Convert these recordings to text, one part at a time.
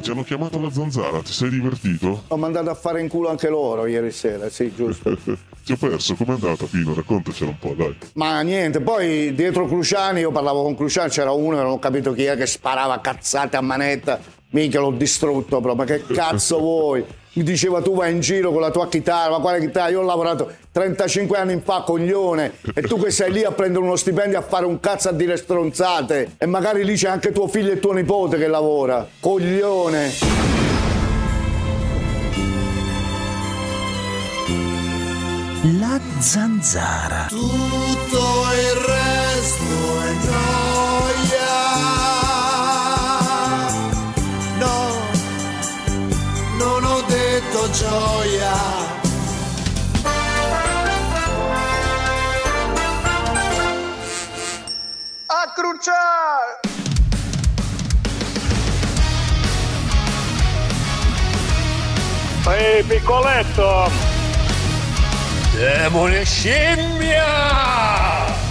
ti hanno chiamato la zanzara, ti sei divertito? Ho mandato a fare in culo anche loro ieri sera, sì, giusto. ti ho perso, com'è andata Pino? Raccontacela un po', dai. Ma niente, poi dietro Cruciani, io parlavo con Cruciani, c'era uno che non ho capito chi era che sparava cazzate a manetta. Minchia, l'ho distrutto proprio, ma che cazzo vuoi? Mi diceva tu vai in giro con la tua chitarra, ma quale chitarra? Io ho lavorato 35 anni in fa, coglione, e tu che sei lì a prendere uno stipendio a fare un cazzo a dire stronzate, e magari lì c'è anche tuo figlio e tuo nipote che lavora, coglione. La zanzara. Tutto il resto è gioia. No, non ho detto gioia. A cruciare! Ehi, piccoletto! Demone scimmia!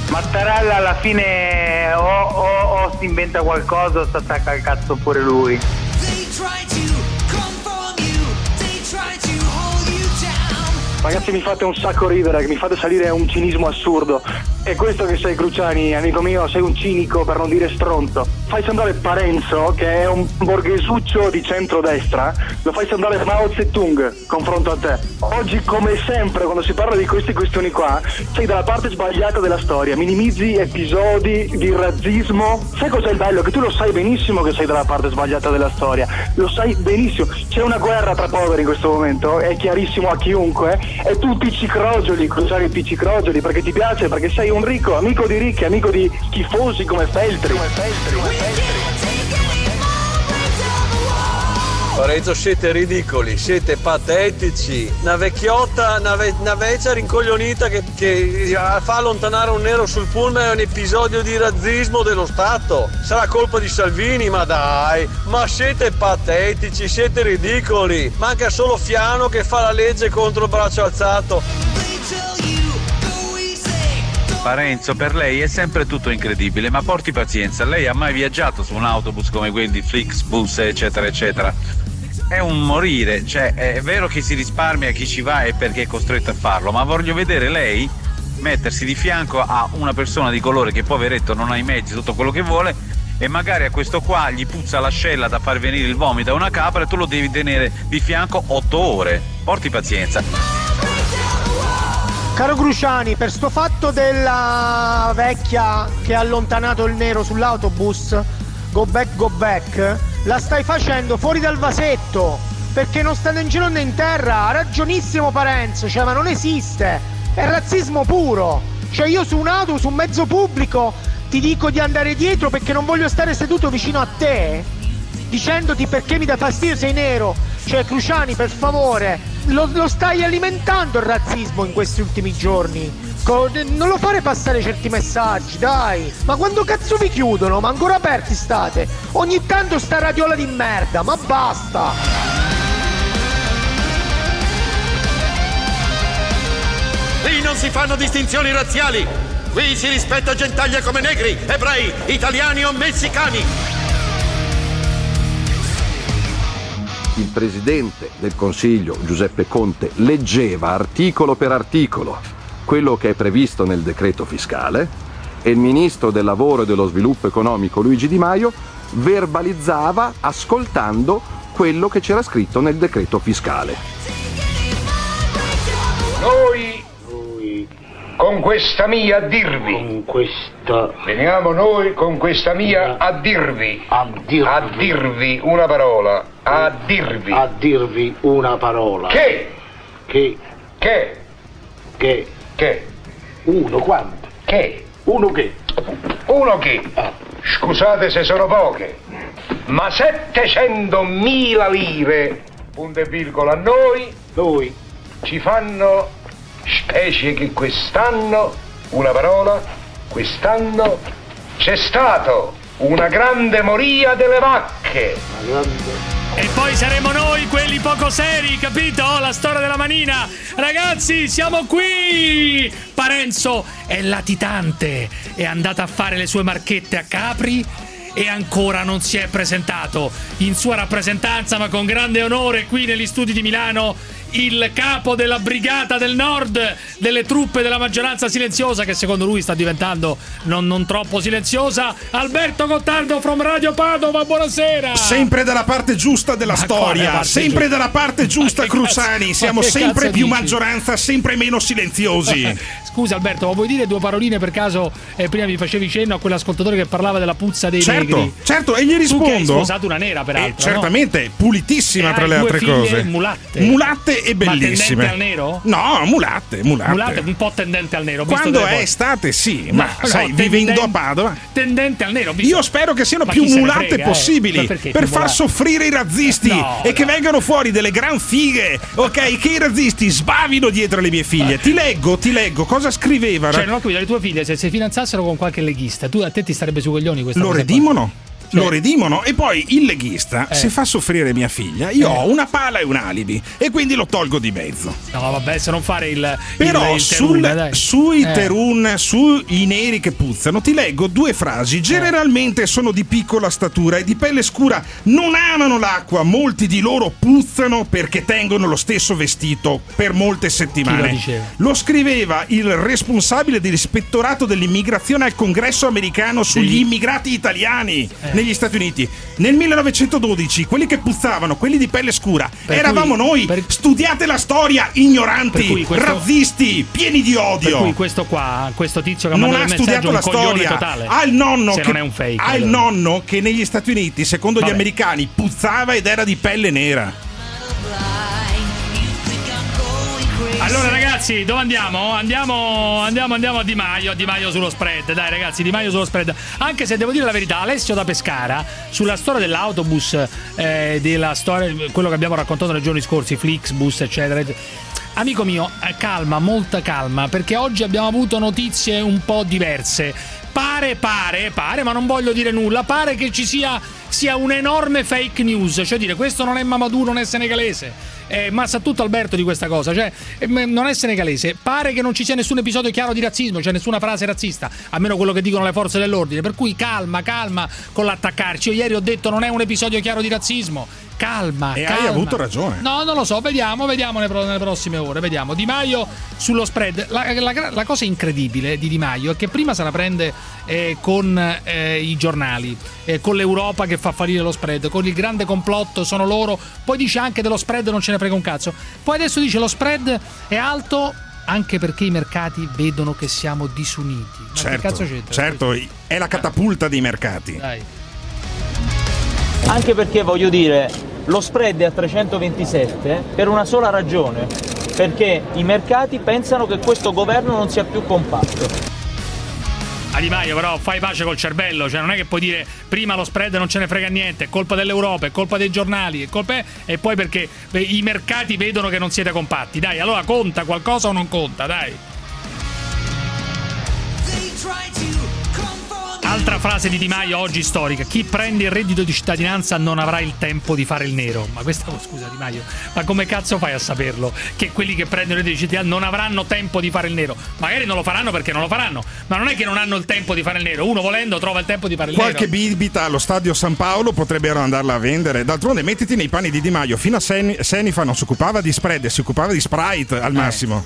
Mattarella alla fine o, o- o si inventa qualcosa o si attacca al cazzo pure lui. They try to come from you. They try to hold you down. Ragazzi mi fate un sacco ridere, che mi fate salire a un cinismo assurdo. È questo che sei Cruciani, amico mio, sei un cinico per non dire stronzo. Fai sembrare Parenzo, che è un borghesuccio di centrodestra, lo fai sembrare Mao Zedong, confronto a te. Oggi come sempre quando si parla di queste questioni qua, sei dalla parte sbagliata della storia, minimizzi episodi di razzismo. Sai cos'è il bello? Che tu lo sai benissimo che sei dalla parte sbagliata della storia, lo sai benissimo. C'è una guerra tra poveri in questo momento, è chiarissimo a chiunque, eh? e tu piccicriogeli, crociare i piccicriogeli perché ti piace, perché sei un ricco, amico di ricchi, amico di schifosi come Feltri. Lorenzo siete ridicoli, siete patetici. Una vecchiotta, una, ve- una vecchia rincoglionita che, che eh, fa allontanare un nero sul pullman è un episodio di razzismo dello Stato. Sarà colpa di Salvini, ma dai. Ma siete patetici, siete ridicoli. Manca solo Fiano che fa la legge contro il braccio alzato. Parenzo, per lei è sempre tutto incredibile, ma porti pazienza, lei ha mai viaggiato su un autobus come quelli di Flixbus, eccetera, eccetera. È un morire, cioè è vero che si risparmia chi ci va e perché è costretto a farlo, ma voglio vedere lei mettersi di fianco a una persona di colore che poveretto non ha i mezzi, tutto quello che vuole e magari a questo qua gli puzza l'ascella da far venire il vomito a una capra e tu lo devi tenere di fianco 8 ore. Porti pazienza. Caro Cruciani, per sto fatto della vecchia che ha allontanato il nero sull'autobus, go back, go back, la stai facendo fuori dal vasetto, perché non sta né in giro né in terra, ha ragionissimo Parenzo, cioè ma non esiste, è razzismo puro, cioè io su un autobus, su un mezzo pubblico, ti dico di andare dietro perché non voglio stare seduto vicino a te, dicendoti perché mi dà fastidio sei nero. Cioè, Cruciani, per favore, lo, lo stai alimentando il razzismo in questi ultimi giorni. Co- non lo fare passare certi messaggi, dai. Ma quando cazzo vi chiudono? Ma ancora aperti state? Ogni tanto sta radiola di merda, ma basta. Lì non si fanno distinzioni razziali. Qui si rispetta gentaglia come negri, ebrei, italiani o messicani. Il presidente del Consiglio, Giuseppe Conte, leggeva articolo per articolo quello che è previsto nel decreto fiscale e il ministro del lavoro e dello sviluppo economico Luigi Di Maio verbalizzava ascoltando quello che c'era scritto nel decreto fiscale. Noi, con questa mia a dirvi. Veniamo noi con questa mia a dirvi. A dirvi. una parola. A dirvi. A dirvi una parola. Che? Che? Che? Che? Che? Uno quanto? Che? Uno che? Ah. Uno che? Scusate se sono poche, ma 700.000 lire, punto e virgola, a noi, noi ci fanno specie che quest'anno, una parola, quest'anno c'è stato una grande moria delle vacche. E poi saremo noi quelli poco seri, capito? La storia della manina. Ragazzi, siamo qui! Parenzo è latitante, è andata a fare le sue marchette a Capri e ancora non si è presentato. In sua rappresentanza, ma con grande onore, qui negli studi di Milano, il capo della brigata del nord delle truppe della maggioranza silenziosa, che secondo lui sta diventando non, non troppo silenziosa, Alberto Gottardo from Radio Padova. Buonasera. Sempre dalla parte giusta della Ma quale storia, parte sempre giusta? dalla parte giusta, Ma che cazzo- Cruciani. ma Siamo che sempre cazzo più dici? maggioranza, sempre meno silenziosi. Scusa Alberto, ma vuoi dire due paroline per caso? Eh, prima mi facevi cenno a quell'ascoltatore che parlava della puzza dei Certo, negri. certo, e gli rispondo. Tu che hai sposato una nera, peraltro. Eh, certamente, pulitissima E tra Eh, hai le due altre figlie cose. mulatte. Mulatte e Ma tendente bellissime. al nero? No, mulatte, no? mulatte. Mulata un po' tendente al nero. ho visto Quando delle è foto. estate, sì, No, ma no, sai, tenden- vivendo a Padova. Tendente al nero. ho visto. Io spero che siano Ma più chi se ne mulate frega, eh? possibili Ma perché per più far mulate? soffrire i razzisti No, e che vengano fuori delle gran fighe, ok? Che i razzisti sbavino dietro le mie figlie. Ti leggo, ti leggo cosa scriveva. Cioè, non ho capito, le tue figlie, se si fidanzassero con qualche leghista, tu a te ti starebbe sui coglioni questa lo cosa. qua. redimono. Cioè- Lo redimono e poi il leghista, Eh. se fa soffrire mia figlia, io Eh. ho una pala e un alibi e quindi lo tolgo di mezzo. No, vabbè, se non fare il. Però il, il sul- terun, dai. sui Eh. Eh. Terun, sui neri che puzzano, ti leggo due frasi. Generalmente sono di piccola statura e di pelle scura, non amano l'acqua, molti di loro puzzano perché tengono lo stesso vestito per molte settimane. Chi lo diceva? Lo scriveva il responsabile dell'ispettorato dell'immigrazione al congresso americano sugli immigrati italiani negli Stati Uniti. Nel 1912 quelli che puzzavano, quelli di pelle scura, Per eravamo cui- noi. Studiate la storia, ignoranti, Per cui questo- razzisti, pieni di Per odio. cui questo qua, questo tizio che ha non mandato ha il messaggio studiato è un la coglione storia. totale. Ha il nonno se che, non è un fake. ha il allora. nonno che negli Stati Uniti, secondo gli Vabbè. americani, puzzava ed era di pelle nera. Allora ragazzi, dove andiamo? Andiamo, andiamo, andiamo a Di Maio, a Di Maio sullo spread, dai ragazzi, Di Maio sullo spread. Anche se devo dire la verità, Alessio da Pescara, sulla storia dell'autobus, eh, della storia, quello che abbiamo raccontato nei giorni scorsi, Flixbus, eccetera, eccetera. Amico mio, eh, calma, molta calma, perché oggi abbiamo avuto notizie un po' diverse. Pare, pare, pare, ma non voglio dire nulla, pare che ci sia, sia un'enorme fake news, cioè dire questo non è Mamadou, non è senegalese. Eh, ma sa tutto Alberto di questa cosa, cioè eh, m- non è senegalese, pare che non ci sia nessun episodio chiaro di razzismo, cioè nessuna frase razzista, a meno quello che dicono le forze dell'ordine, per cui calma, calma con l'attaccarci. Io ieri ho detto non è un episodio chiaro di razzismo. Calma, E hai calma. avuto ragione. No, non lo so, vediamo, vediamo nelle, pro- nelle prossime ore, vediamo. Di Maio sullo spread. La, la- la cosa incredibile di Di Maio è che prima se la prende eh, con eh, i giornali, eh, con l'Europa che fa fallire lo spread, con il grande complotto sono loro, poi dice anche dello spread non ce ne frega un cazzo. Poi adesso dice lo spread è alto anche perché i mercati vedono che siamo disuniti. Ma che cazzo Certo, c'entra? certo, è la catapulta dei mercati. Dai. Anche perché voglio dire, lo spread è a 327 per una sola ragione, perché i mercati pensano che questo governo non sia più compatto. A Di Maio però fai pace col cervello, cioè non è che puoi dire prima lo spread non ce ne frega niente, è colpa dell'Europa, è colpa dei giornali, è colpa e poi perché eh, i mercati vedono che non siete compatti. Dai, allora conta qualcosa o non conta, dai. Altra frase di Di Maio oggi storica. Chi prende il reddito di cittadinanza non avrà il tempo di fare il nero. Ma questa oh, scusa Di Maio, ma come cazzo fai a saperlo che quelli che prendono il reddito di cittadinanza non avranno tempo di fare il nero? Magari non lo faranno perché non lo faranno, ma non è che non hanno il tempo di fare il nero. Uno volendo trova il tempo di fare il Qualche nero. bibita allo stadio San Paolo potrebbero andarla a vendere. D'altronde, mettiti nei panni di Di Maio. Fino a Sen- Senifa non si occupava di spread, si occupava di sprite Eh, al massimo.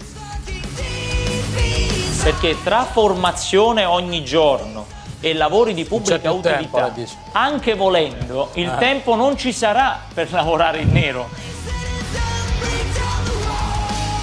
Perché tra formazione ogni giorno e lavori di pubblica utilità, anche volendo, il Ah. tempo non ci sarà per lavorare in nero.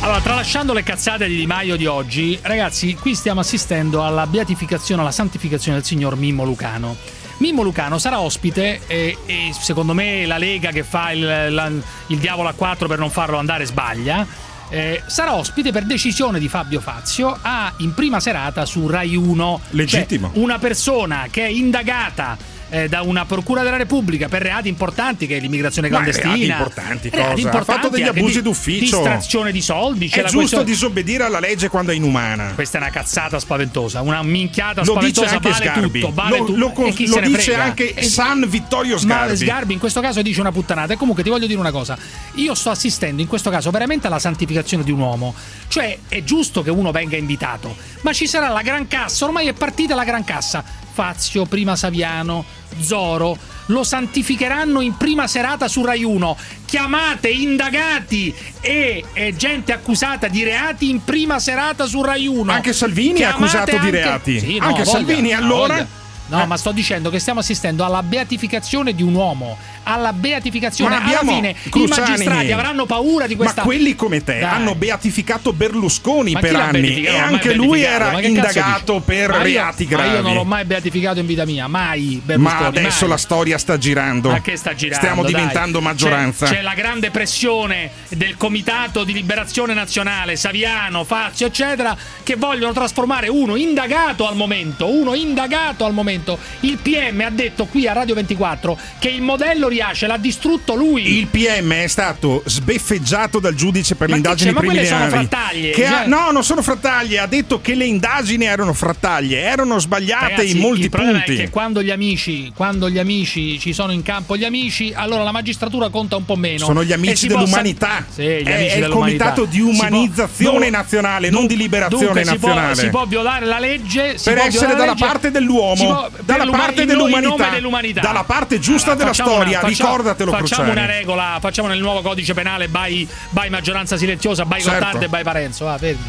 Allora, tralasciando le cazzate di Di Maio di oggi, ragazzi, qui stiamo assistendo alla beatificazione, alla santificazione del signor Mimmo Lucano. Mimmo Lucano sarà ospite e, e secondo me la Lega che fa il, la- il diavolo a 4 per non farlo andare sbaglia. eh, sarà ospite per decisione di Fabio Fazio a in prima serata su Rai 1. Legittimo. Cioè, una persona che è indagata eh, da una procura della Repubblica per reati importanti che è l'immigrazione Ma reati clandestina. importanti, Reati cosa? Ha fatto importanti, degli anche abusi di- d'ufficio. Distrazione di soldi. cioè, c'è la È giusto questione- disobbedire alla legge quando è inumana. Questa è una cazzata spaventosa, una minchiata Lo dice spaventosa, anche vale Sgarbi. tutto, vale Lo- tutto. lo con- e chi lo se ne dice frega? anche E- San Vittorio Ma Sgarbi. Sgarbi in questo caso dice una puttanata e comunque ti voglio dire una cosa. Io sto assistendo in questo caso veramente alla santificazione di un uomo. Cioè è giusto che uno venga invitato, ma ci sarà la gran cassa, ormai è partita la gran cassa. Fazio, prima Saviano, Zoro, lo santificheranno in prima serata su Rai 1. Chiamate indagati e, e gente accusata di reati in prima serata su Rai 1. Anche Salvini è accusato di reati. Sì, no, Anche voglia, Salvini, no, allora? voglia. No, Eh. ma sto dicendo che stiamo assistendo alla beatificazione di un uomo. Alla beatificazione. Ma abbiamo- alla fine Cruciani- i magistrati avranno paura di questa. Ma quelli come te Dai. hanno beatificato Berlusconi Ma chi per l'ha anni beatificato? e Ma mai anche lui beatificato? era Ma che cazzo indagato dici? per Ma io- reati Ma io non gravi. l'ho mai beatificato in vita mia, mai Berlusconi. Ma adesso mai. la storia sta girando. Ma che sta girando? Stiamo dai. diventando C'è- maggioranza. C'è, la grande pressione del Comitato di Liberazione Nazionale, Saviano, Fazio, eccetera, che vogliono trasformare uno indagato al momento, uno indagato al momento. Il PM ha detto qui a Radio 24 che il modello Riace l'ha distrutto lui. Il PM è stato sbeffeggiato dal giudice per Ma le chi indagini c'è? Ma quelle preliminari. sono frattaglie, Che ha- cioè- no, non sono frattaglie. Ha detto che le indagini erano frattaglie, erano sbagliate Ragazzi, in molti il problema punti. è che quando gli amici, quando gli amici ci sono in campo gli amici, allora la magistratura conta un po' meno. Sono gli E amici si possa- dell'umanità. Sì, gli amici è, è il dell'umanità. comitato di Si può- umanizzazione Dun- nazionale, non di liberazione Dunque si può- nazionale. si può violare la legge si per può essere violare la dalla legge- parte si dell'uomo, può- dalla per l'uma- parte in no- in nome dell'umanità, dell'umanità. dalla parte giusta Allora, della facciamo storia. una- facciamo- Ricordatelo, Facciamo Cruciani. una regola, facciamo nel nuovo codice penale by, by maggioranza silenziosa, by Certo. Gottardo e by Parenzo. va, fermi.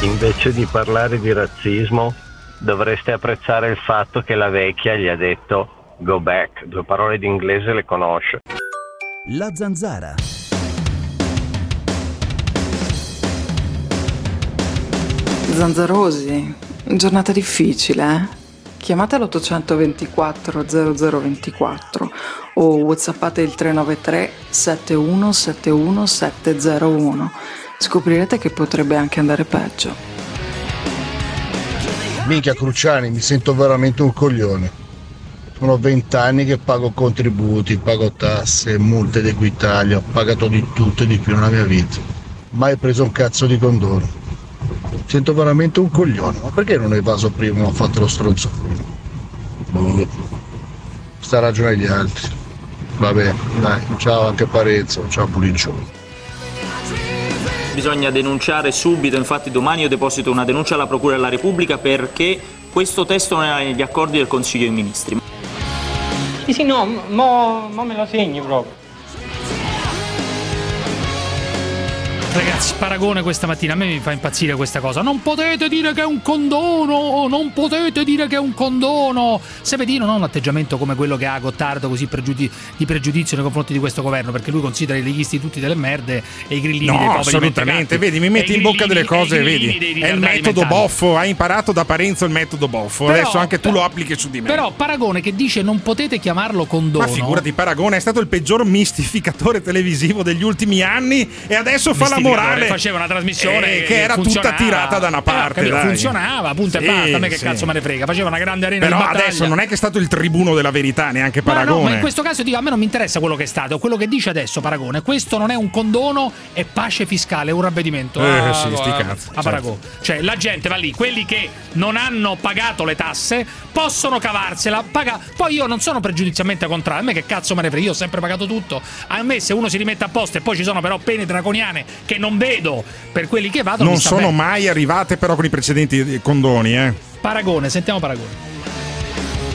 Invece di parlare di razzismo, dovreste apprezzare il fatto che la vecchia gli ha detto go back. Due parole di inglese le conosce. La zanzara. Zanzarosi, giornata difficile, eh? Chiamate l'824 0024 o whatsappate il 393 7171 701. Scoprirete che potrebbe anche andare peggio. Minchia Cruciani, mi sento veramente un coglione. Sono vent'anni che pago contributi, pago tasse, multe ed equitalia, ho pagato di tutto e di più nella mia vita. Mai preso un cazzo di condono. Sento veramente un coglione, ma perché non ho evaso prima, non ho fatto lo stronzo prima? Boh. Sta a ragione gli altri. Vabbè, dai, ciao anche Parenzo, ciao Puligioni. Bisogna denunciare subito, infatti domani io deposito una denuncia alla Procura della Repubblica perché questo testo non era negli accordi del Consiglio dei Ministri. Sì, sì, no, mo, mo me lo segno proprio. Ragazzi, paragone questa mattina, a me mi fa impazzire questa cosa. Non potete dire che è un condono, oh, non potete dire che è un condono. Sevedino non ha un atteggiamento come quello che ha Gottardo, così pregiudi- di pregiudizio nei confronti di questo governo, perché lui considera i leghisti tutti delle merde e i grillini No, dei poveri assolutamente, mentecatti. vedi, mi E metti i in bocca delle grillini- e cose, i grillini vedi. dei È il ritardati metodo mentali. boffo, hai imparato da Parenzo il metodo boffo, Però- adesso anche tu lo applichi su di me. Però Paragone che dice non potete chiamarlo condono. Ma figurati, Paragone è stato il peggior mistificatore televisivo degli ultimi anni e adesso fa la Mistificatore, morale. Faceva una trasmissione Eh, che era funzionava. tutta tirata da una Però, parte. capito, dai. funzionava, punto Sì, e basta. A me che sì. cazzo me ne frega. Faceva una grande arena Però di battaglia. adesso non è che è stato il tribuno della verità neanche Ma Paragone. no, ma in questo caso dico, a me non mi interessa quello che è stato, quello che dice adesso Paragone. Questo non è un condono, è pace fiscale, è un ravvedimento. Eh, Ah, sì, sti a- cazzi, A certo. Paragone. Cioè, la gente va lì, quelli che non hanno pagato le tasse possono cavarsela. paga- Poi io non sono pregiudizialmente contrario, a me che cazzo me ne frega, io ho sempre pagato tutto. A me se uno si rimette a posto e poi ci sono però pene draconiane che non vedo per quelli che vado mi non sta sono bene. mai arrivate però con i precedenti condoni, eh. Paragone, sentiamo Paragone.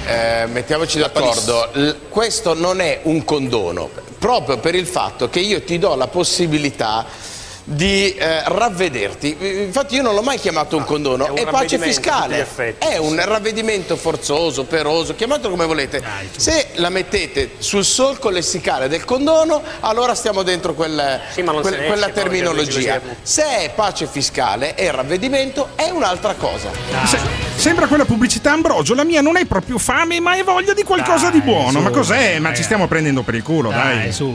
Eh, mettiamoci d'accordo, L- questo non è un condono, proprio per il fatto che io ti do la possibilità di eh, ravvederti. Eh, Infatti io non l'ho mai chiamato un condono, Ah, è è, un pace ravvedimento, tutti gli fiscale, effetti, è un sì. ravvedimento forzoso, operoso, chiamatelo come volete. Se la mettete sul solco lessicale del condono, allora stiamo dentro quel- ma non quel- se ne esce quella poi, che dici così terminologia. a tutti. Se è pace fiscale e ravvedimento è un'altra cosa. Se- sembra quella pubblicità Ambrogio, la mia non è proprio fame, ma è voglia di qualcosa di buono. su, ma cos'è? Ma ragazzi. ci stiamo prendendo per il culo, dai. Dai, su.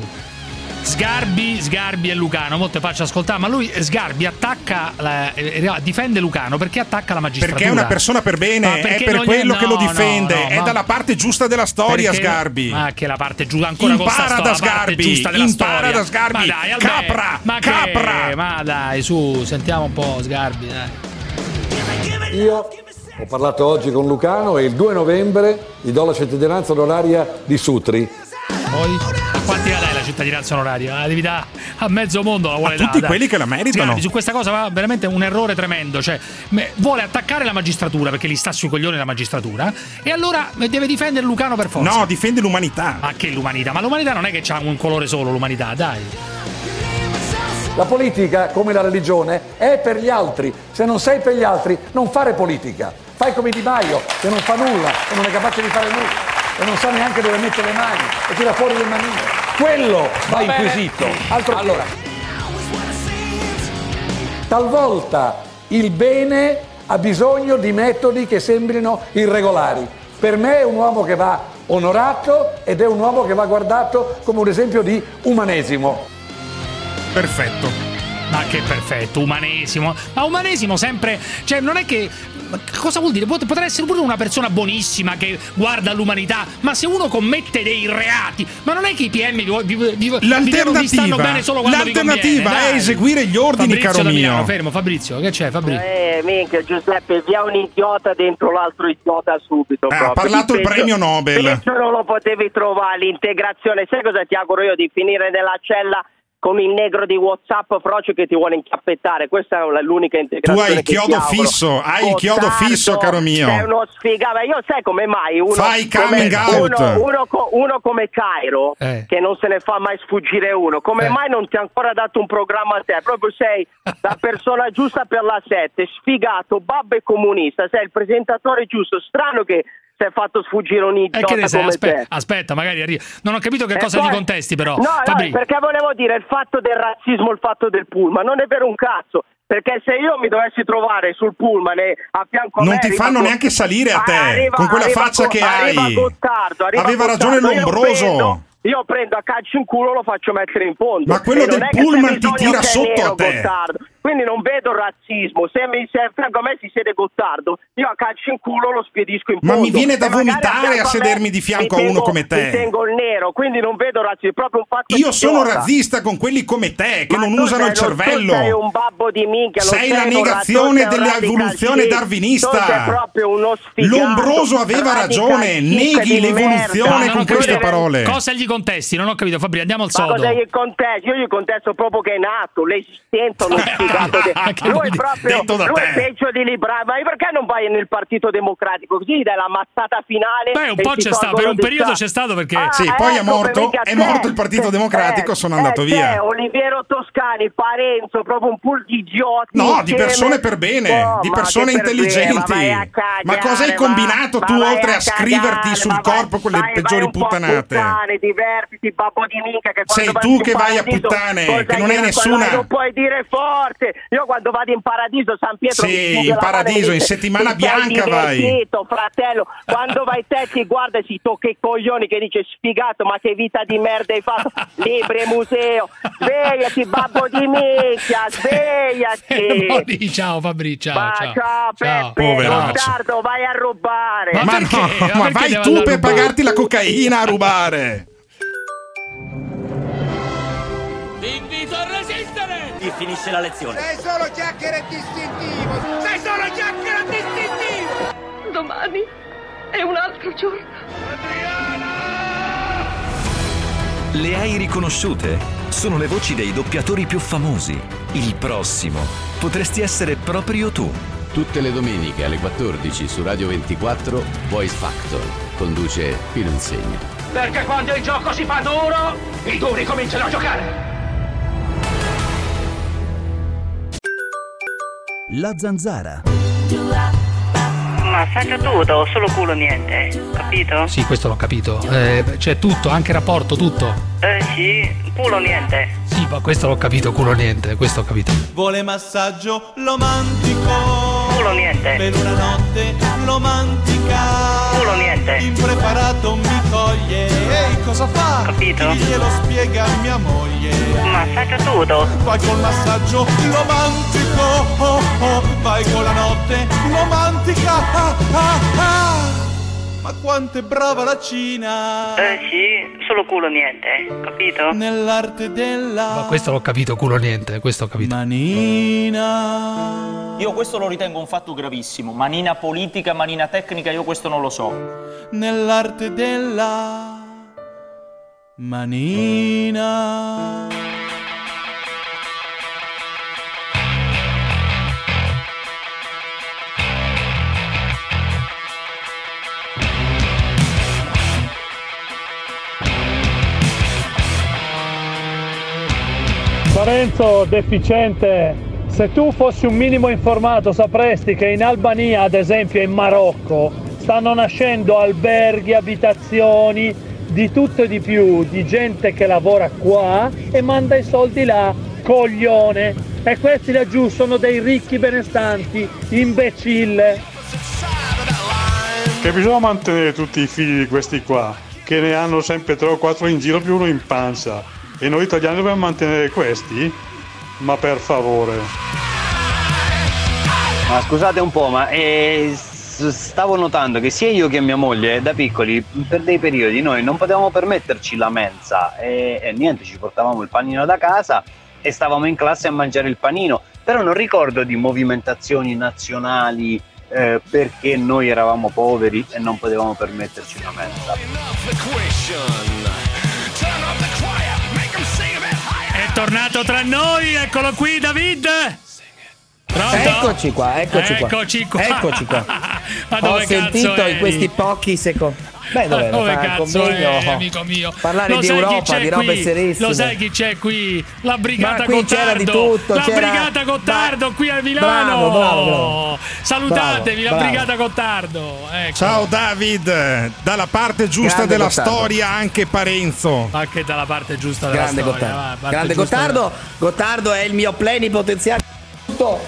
Sgarbi, Sgarbi e Lucano, mo te faccio ascoltare, ma lui eh, Sgarbi attacca la- eh, eh, difende Lucano perché attacca la magistratura. Perché è una persona per Ma bene, è perché per non gli- quello che lo no, no, difende, no, è ma- dalla parte giusta della storia, Perché- Sgarbi. Ma che la parte giusta ancora con sta Impara sto- da la parte Sgarbi, giusta della impara storia. da Sgarbi. Ma dai, Alberto, Capra, ma che- capra. Ma dai, su, sentiamo un po' Sgarbi, dai. Io ho parlato oggi con Lucano e il 2 novembre gli do la cittadinanza onoraria di Sutri. poi? A quanti la dai la cittadinanza onoraria? La devi dare a mezzo mondo la vuole A dare, tutti dai. quelli che la meritano. Sgarbi, su questa cosa va veramente un errore tremendo. Cioè, me- vuole attaccare la magistratura perché gli sta sui coglioni la magistratura. E allora deve difendere Lucano per forza. No, difende l'umanità. Ma che l'umanità? Ma l'umanità non è che ha un colore solo, l'umanità, dai. La politica, come la religione, è per gli altri. Se non sei per gli altri, non fare politica. Fai come Di Maio, che non fa nulla, che non è capace di fare nulla, e non sa neanche dove mettere le mani, e tira fuori le manine. Quello va Va bene. inquisito. Altro allora. Talvolta il bene ha bisogno di metodi che sembrino irregolari. Per me è un uomo che va onorato ed è un uomo che va guardato come un esempio di umanesimo. Perfetto. Ma che perfetto, umanesimo. Ma umanesimo sempre. Cioè, non è che. ma Cosa vuol dire? Pot- Potrà essere pure una persona buonissima che guarda l'umanità, ma se uno commette dei reati, ma non è che i PM vi, vo- vi, vi- vi, devono- vi stanno bene solo quando vi conviene, l'alternativa è dai. eseguire gli ordini, Fabrizio caro da Milano, mio. fermo, Fabrizio, che c'è, Fabrizio? Eh, minchia, Giuseppe, via un idiota dentro l'altro idiota subito. Eh, ha proprio. parlato il Peggio- premio Nobel. Peggio non lo potevi trovare, l'integrazione. Sai cosa ti auguro io? Di finire nella cella con il negro di Whatsapp frocio che ti vuole inchiappettare. Questa è la- l'unica Tu integrazione hai il che ti chiodo auguro. Oh, fisso, hai il chiodo Gottardo, fisso, caro mio. Sei uno sfigato. Io sai come mai uno... Fai come- coming out. Uno, uno co- uno come Cairo, Eh. che non se ne fa mai sfuggire uno, Eh. come mai non ti ha ancora dato un programma a te? Proprio sei la persona giusta per la sette, sfigato, babbo e comunista, sei il presentatore giusto, strano che si è fatto sfuggire un Eh, che idiota ne sai? come Aspe- te. aspetta, magari arriva. Non ho capito che E cosa poi- ti contesti, però. No, no, Fabri- perché volevo dire il fatto del razzismo, il fatto del pullman, non è vero un cazzo. Perché se io mi dovessi trovare sul pullman e a fianco a Non me ti arriva fanno Go- neanche salire a Ah, te, con quella arriva faccia Go- che arriva hai. Gottardo, arriva Aveva ragione Gottardo, io Lombroso. prendo- Io prendo a calcio in culo lo faccio mettere in fondo. Ma quello E non del è che se pullman ti bisogna tira che è sotto nero a te. Gottardo. Quindi non vedo razzismo. Se mi se a fianco a me si siede Gottardo, io a calcio in culo lo spiedisco in Ma fondo. mi viene da E magari vomitare fianco a me sedermi di fianco mi a uno tengo- come te. Mi tengo il nero, quindi non vedo razzismo. È proprio un fatto Io sono idiota. razzista con quelli come te che Ma non tu usano sei il lo- Tu sei un cervello. babbo di minchia. lo Sei la un negazione ra- tu sei un dell'evoluzione radicalista, darwinista. tu sei proprio uno sfigato. Lombroso aveva ragione, radicalista neghi di l'evoluzione merda. con queste parole. Cosa gli contesti? Non ho capito, Fabri, andiamo al Ma sodo. cosa gli contesto? Io gli contesto proprio che è nato, l'esistenza, lo sfigato. Anche De... lui, Lui è proprio detto da lui è te. peggio di Libra. Ma perché non vai nel Partito Democratico? Così gli dai la mazzata finale. Beh, un e po' ti c'è stato, tolgono per un di periodo sta- c'è stato perché- Ah, Sì, poi è ecco, morto- minchia, è morto te, il Partito te, Democratico, eh, sono andato eh, via. te, Oliviero Toscani, Parenzo, proprio un pool di idioti. No, di insieme. persone per bene, Oh, di ma persone che per bene, intelligenti. ma vai a cagare, Ma cosa hai va- combinato ma tu vai oltre a cagare, scriverti sul ma vai- corpo quelle vai- vai peggiori un po' a puttanate? puttane, divertiti, babbo di minchia. Che Sei quando tu in che vai a paradiso, puttane, cosa che non gli hai dico? nessuna- Allora, Lo puoi dire forte. Io quando vado in paradiso, San Pietro. Sì, mi chiude in la mano e mi paradiso, dice, in settimana "Ti sei bianca vai." divertito, fratello. Quando vai te, ti guarda e si tocca i coglioni che dice sfigato, ma che vita di merda hai fatto. Libri, museo. Svegliati, babbo di minchia, Eh, svegliati. Buoni, Eh, ciao Fabri, ciao. Ma ciao, ciao, ciao. Peppe, Gottardo, vai a rubare. Ma, no, Ah, ma vai tu per pagarti la cocaina a rubare. Vi invito a resistere! Qui finisce la lezione. Sei solo chiacchiere distintivo! Sei solo chiacchiere distintivo! Domani è un altro giorno. Le hai riconosciute? Sono le voci dei doppiatori più famosi. Il prossimo potresti essere proprio tu. Tutte le domeniche alle 14 su Radio 24 Voice Factor. Conduce Pino Insegna. Perché quando il gioco si fa duro, i duri cominciano a giocare. La zanzara. Ma faccio tutto, solo culo niente, eh, capito? Sì, questo l'ho capito. Eh, c'è tutto, anche rapporto, tutto. Eh sì, culo niente. Sì, ma questo l'ho capito, culo niente, questo ho capito. Vuole massaggio romantico. Culo niente. Per una notte romantica. Culo niente. Impreparato mi coglie. Ehi, cosa fa? Capito? Chi glielo spiega a mia moglie. Massaggio tutto. Vai col massaggio romantico. Oh, oh. Vai con la notte romantica. Ah, ah, ah. Ma quanto è brava la Cina! Eh sì, solo culo niente, eh, capito? Nell'arte della Ma questo l'ho capito, culo niente, questo ho capito. Manina. Io questo lo ritengo un fatto gravissimo. Manina politica, manina tecnica, io questo non lo so. Nell'arte della Manina. Lorenzo, deficiente, se tu fossi un minimo informato sapresti che in Albania, ad esempio e in Marocco, stanno nascendo alberghi, abitazioni, di tutto e di più, di gente che lavora qua e manda i soldi là, coglione. Eh, E questi laggiù sono dei ricchi benestanti, imbecille. Che bisogna mantenere tutti i figli di questi qua, che ne hanno sempre 3 o 4 in giro più uno in pancia. E noi italiani dobbiamo mantenere questi? Ma per favore. Ma scusate un po', ma eh, s- stavo notando che sia io che mia moglie da piccoli per dei periodi noi non potevamo permetterci la mensa e, e niente, ci portavamo il panino da casa e stavamo in classe a mangiare il panino, però non ricordo di movimentazioni nazionali eh, perché noi eravamo poveri e non potevamo permetterci la mensa. È tornato tra noi, eccolo qui David. Pronto? Eccoci qua, eccoci qua. Eccoci qua. Eccoci qua. Ma Ho dove cazzo sentito eri? in questi pochi secondi. Ma Beh, dove Ah, dove fare un cazzo convegno? è, amico mio? Parlare Lo di sai chi Europa, c'è di robe qui? serissime. Lo sai chi c'è qui? La brigata Ma qui Gottardo. c'era di tutto, la c'era- brigata Gottardo qui a Milano. Bravo, bravo, bravo. Salutatevi, la Bravo, bravo. brigata Gottardo. Ecco. Ciao David, dalla parte giusta Grande della Gottardo. storia anche Parenzo. Anche dalla parte giusta della Grande storia. va, Gottardo. parte Grande giusta Gottardo. Gottardo è il mio plenipotenziario tutto,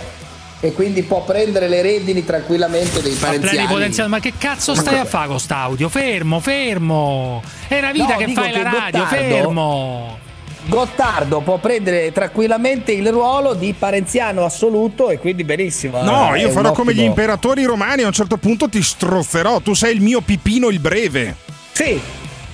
e quindi può prendere le redini tranquillamente dei Ma parenziali. plenipotenziario, ma che cazzo stai a fare con st'audio? Fermo, fermo. È una vita No, che dico fai che la radio, Gottardo- fermo. Gottardo può prendere tranquillamente il ruolo di parenziano assoluto e quindi benissimo. No, Eh, È io un farò come gli ottimo- imperatori romani, a un certo punto ti strozzerò, tu sei il mio Pipino il breve. Sì.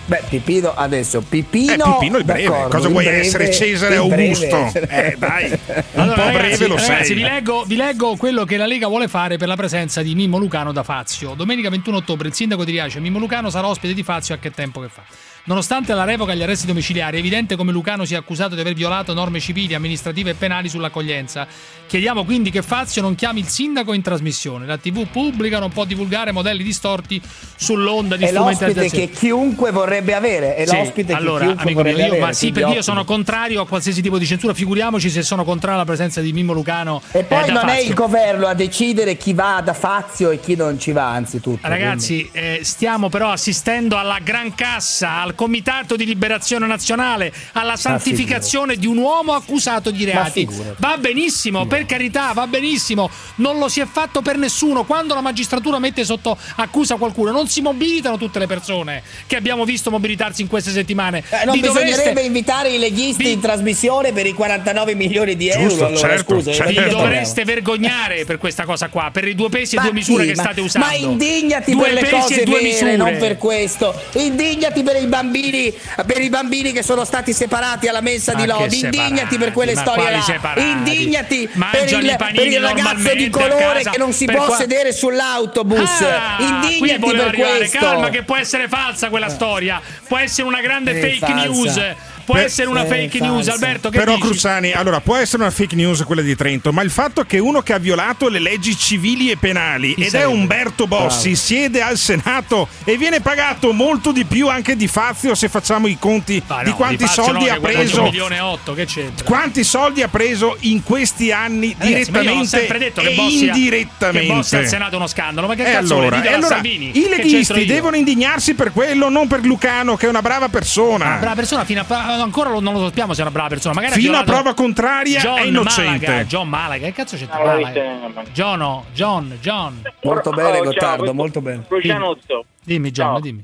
Beh, Pipino adesso, Pipino... Eh, Pipino il breve, d'accordo, cosa il vuoi breve- essere Cesare il breve- Augusto? Eh, dai, un po' breve lo ragazzi, sei. Vi leggo, vi leggo quello che la Lega vuole fare per la presenza di Mimmo Lucano da Fazio. Domenica 21 ottobre il sindaco di Riace, Mimmo Lucano, sarà ospite di Fazio a che tempo che fa. Nonostante la revoca agli arresti domiciliari, è evidente come Lucano sia accusato di aver violato norme civili, amministrative e penali sull'accoglienza. Chiediamo quindi che Fazio non chiami il sindaco in trasmissione. La TV pubblica non può divulgare modelli distorti sull'onda di È l'ospite strumentalizzazione. che chiunque vorrebbe avere. È Sì, l'ospite allora, che chiunque amico mio, vorrebbe io- avere. ma sì, quindi perché io ottimo. sono contrario a qualsiasi tipo di censura, figuriamoci se sono contrario alla presenza di Mimmo Lucano. eh, E poi non è il governo a decidere chi va da Fazio e chi non ci va, anzitutto. Ragazzi, eh, stiamo però assistendo alla Gran Cassa, al Comitato di Liberazione Nazionale, alla santificazione di un uomo accusato di reati. figurati. Va benissimo, per carità, va benissimo. Non lo si è fatto per nessuno. Quando la magistratura mette sotto accusa qualcuno, non si mobilitano tutte le persone che abbiamo visto mobilitarsi in queste settimane. Quindi- Eh, non Vi dovreste- bisognerebbe invitare i leghisti in trasmissione per i 49 milioni di euro. Giusto, Eh, allora, certo, scusa, certo. non è che Vi dovremmo. dovreste vergognare per questa cosa qua, per i due pesi e Ma due misure sì, che ma- state usando. Ma indignati due per le pesi cose e due vere, misure. non per questo. Indignati per i bambini, per i bambini che sono stati separati alla messa Ma di che Lodi. separati, Indignati per quelle ma storie quali là. separati? Indignati per Mangiano i il, panini per il ragazzo di normalmente a colore casa, che non si per può qua- sedere sull'autobus. Ah, qui Indignati volevo per arrivare. questo. Calma, che può essere falsa quella storia. Può essere una grande Eh, fake falsa. news. Può Per- essere una eh, fake news, falsa. Alberto. Che Però dici? Cruzzani, allora può essere una fake news quella di Trento, ma il fatto che uno che ha violato le leggi civili e penali ed è sarebbe? Umberto Bossi Bravo. siede al Senato e viene pagato molto di più anche di Fazio se facciamo i conti Ah, no, di quanti Fazio soldi no, ha che guadagna Un preso milione e otto, che c'entra? quanti soldi ha preso in questi anni Ragazzi, Eh, ma io ho direttamente sempre detto che e Bossi ha- indirettamente? che Bossi al Senato è uno scandalo, ma che E cazzo allora, vuole? Ditelo e a allora, Salvini, i che c'entro leghisti io? devono indignarsi per quello, non per Lucano, che è una brava persona. Una Ah, brava persona, fino a, ancora lo- non lo sappiamo se è una brava persona. Magari ha Ah. Fino a violato- prova contraria John è innocente. Malaga, eh, John Malaga, che cazzo c'entra? Ciao, Malaga? John, John, John. Molto bene, Gottardo, molto bene. Crucianotto, Dimmi, John, dimmi.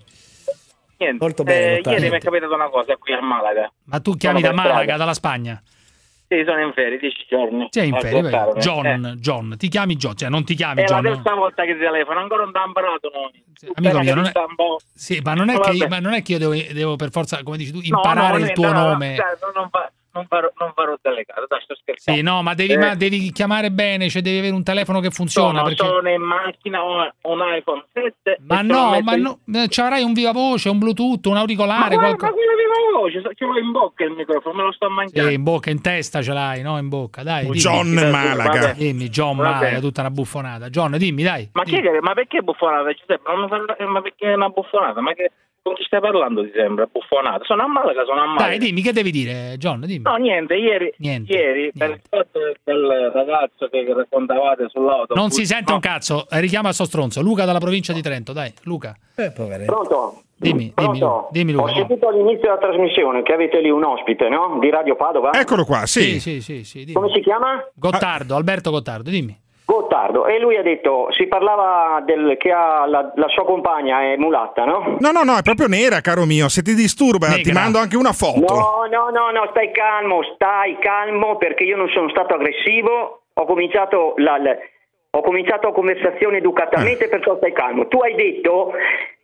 niente. Molto bene, eh, ieri Gottardo. mi è capitata una cosa qui a Malaga. Ma tu chiami Sono da per Malaga, strada. dalla Spagna? Sì, sono in ferie, 10 giorni. Sei in A ferie, vai. Gottardo. John, Eh, John, ti chiami John, cioè non ti chiami È la John. terza volta che telefono, ancora non ti ha imparato noi. Amico mio, non è... Un po'. Sì, ma non è, che Vabbè. io, ma non è che io devo, devo per forza, come dici tu, No, no, imparare no, il tuo no, no, nome. cioè, non, non va- non farò, non farò delle gare, dai, sto scherzando. Sì, no, ma devi, Eh, ma devi chiamare bene, cioè devi avere un telefono che funziona. sono, perché- sono in macchina, ho, ho un iPhone 7. Ma e se lo no, metto ma in- no, eh, ci avrai un viva voce, un Bluetooth, un Ma auricolare, guarda, ma qualcosa. quello di voce, so- ce l'ho in bocca il microfono, me lo sto Sì, mangiando. Eh, in bocca, in testa ce l'hai, no? In bocca, dai. Oh, Un dimmi. John Malaga. Vabbè. Dimmi, John Vabbè. Malaga, tutta una buffonata. John, dimmi, dai. Ma, chi è che- ma perché buffonata Giuseppe? Non mi parla- ma perché è una buffonata? Ma che, con chi stai parlando ti sembra? Buffonata? Sono a Malaga, sono a Malaga. Dai, dimmi, che devi dire, John? Dimmi. No, niente, ieri, ieri per il fatto del ragazzo che raccontavate sull'auto. Non si sente un cazzo. cazzo, eh, richiama sto stronzo. Luca dalla provincia di Trento, dai, Luca. Eh, poveretto. Pronto? Dimmi, dimmi, Luca, dimmi Ho Luca. dimmi. sentito all'inizio della trasmissione che avete lì un ospite, no? Di Radio Padova. Eccolo qua, sì. Sì, sì, sì, dimmi. Come si chiama? Gottardo, Alberto Gottardo, dimmi. Gottardo. E lui ha detto, si parlava del che ha la, la sua compagna è mulatta, no? No, no, no, è proprio nera, caro mio. Se ti disturba, ti mando anche una foto. No, no, no, no, stai calmo, stai calmo perché io non sono stato aggressivo, ho cominciato la, la- ho cominciato la conversazione Eh. educatamente, perciò stai calmo. Tu hai detto,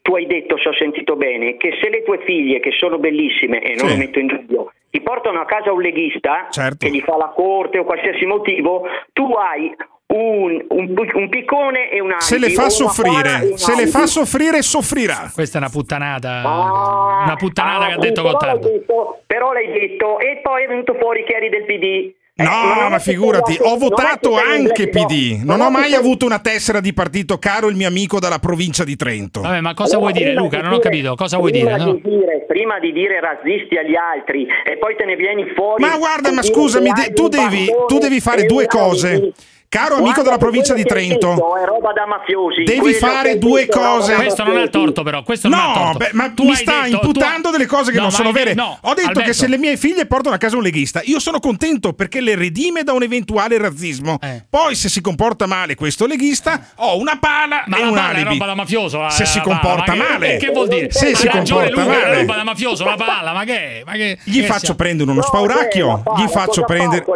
tu hai detto, se ho sentito bene, che se le tue figlie, che sono bellissime, e Sì. non Certo. lo metto in dubbio, ti portano a casa un leghista che gli fa la corte o qualsiasi motivo, tu hai un, un- un piccone e Ah, un Se le fa soffrire, se le fa soffrire, soffrirà. Questa è una puttanata. Ah, una puttanata che ha detto però, l'hai Gottardo. detto, però l'hai detto e poi è venuto fuori che eri del PD. Eh, non No, è ma che sei figurati, ho andato- non è che votato sei anche andato- PD. no, Non ho è che mai sei- avuto una tessera di partito, caro il mio amico dalla provincia di Trento. Vabbè, ma cosa vuoi dire, Luca? Non ho capito. Cosa vuoi prima dire? no? di dire- prima di dire razzisti agli altri e poi te ne vieni fuori. Ma guarda, e ma dire scusami, che de- hai tu un devi, bastone tu devi e fare un due alibi. cose. Caro Guarda amico della che provincia di quello che hai Trento, detto È roba da mafiosi. devi Quello che fare hai due detto è roba Eh, cose. da mafiosi. però, questo no, non ha torto. beh, ma Tu mi hai sta detto- imputando tu- delle cose che No, non ma sono hai de- vere. no, Ho detto Alberto. che se le mie figlie portano a casa un leghista, io sono contento perché le redime da un eventuale razzismo. Eh. Poi, se si comporta male questo leghista, ho una pala Ma e la un palla è alibi. roba da mafioso. la- se si la palla, comporta ma che- male, Che, vuol dire? Se Ha si ragione comporta Luca, male, la roba da mafioso, la palla, ma che? Ma che Gli che faccio Eh, siamo? prendere uno spauracchio, gli faccio prendere.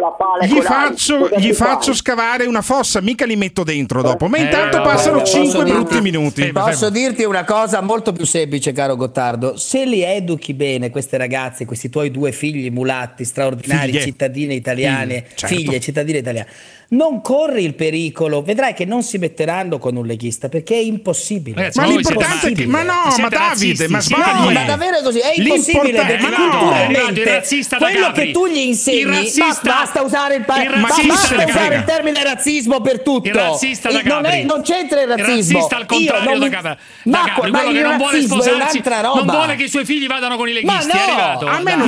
Gli faccio, gli faccio scavare una fossa, mica li metto dentro dopo. Ma Eh, intanto no, passano guarda, 5 posso brutti dirti- Eh, minuti. Posso dirti una cosa molto più semplice, caro Gottardo. Se li educhi bene questi ragazzi, questi tuoi due figli mulatti, straordinari, Figlie. cittadine italiane, Mm, Figlie, certo. figlie, cittadine italiane, non corri il pericolo, vedrai che non si metteranno con un leghista perché è impossibile. Ragazzi, Ma ma voi l'importante siete- è che- ma no, ma siete Davide, razzisti, ma siete sbagli. No, ma davvero così, è impossibile L'importante- ma perché no. culturalmente Il razzista da quello Capri. che tu gli insegni, Il razzista- ba- basta usare il, pa- Il razzista basta da usare Capri. il termine razzismo per tutto. Il razzista da Il- non, Capri. è- non c'entra il Il razzismo. razzista al Io contrario non da mi- Capri. Da Ma, Capri, ma quello il che non vuole razzismo è sposarsi, un'altra roba. non vuole che i suoi figli vadano con i Ma leghisti, no, è arrivato. Dai. è evidente- ma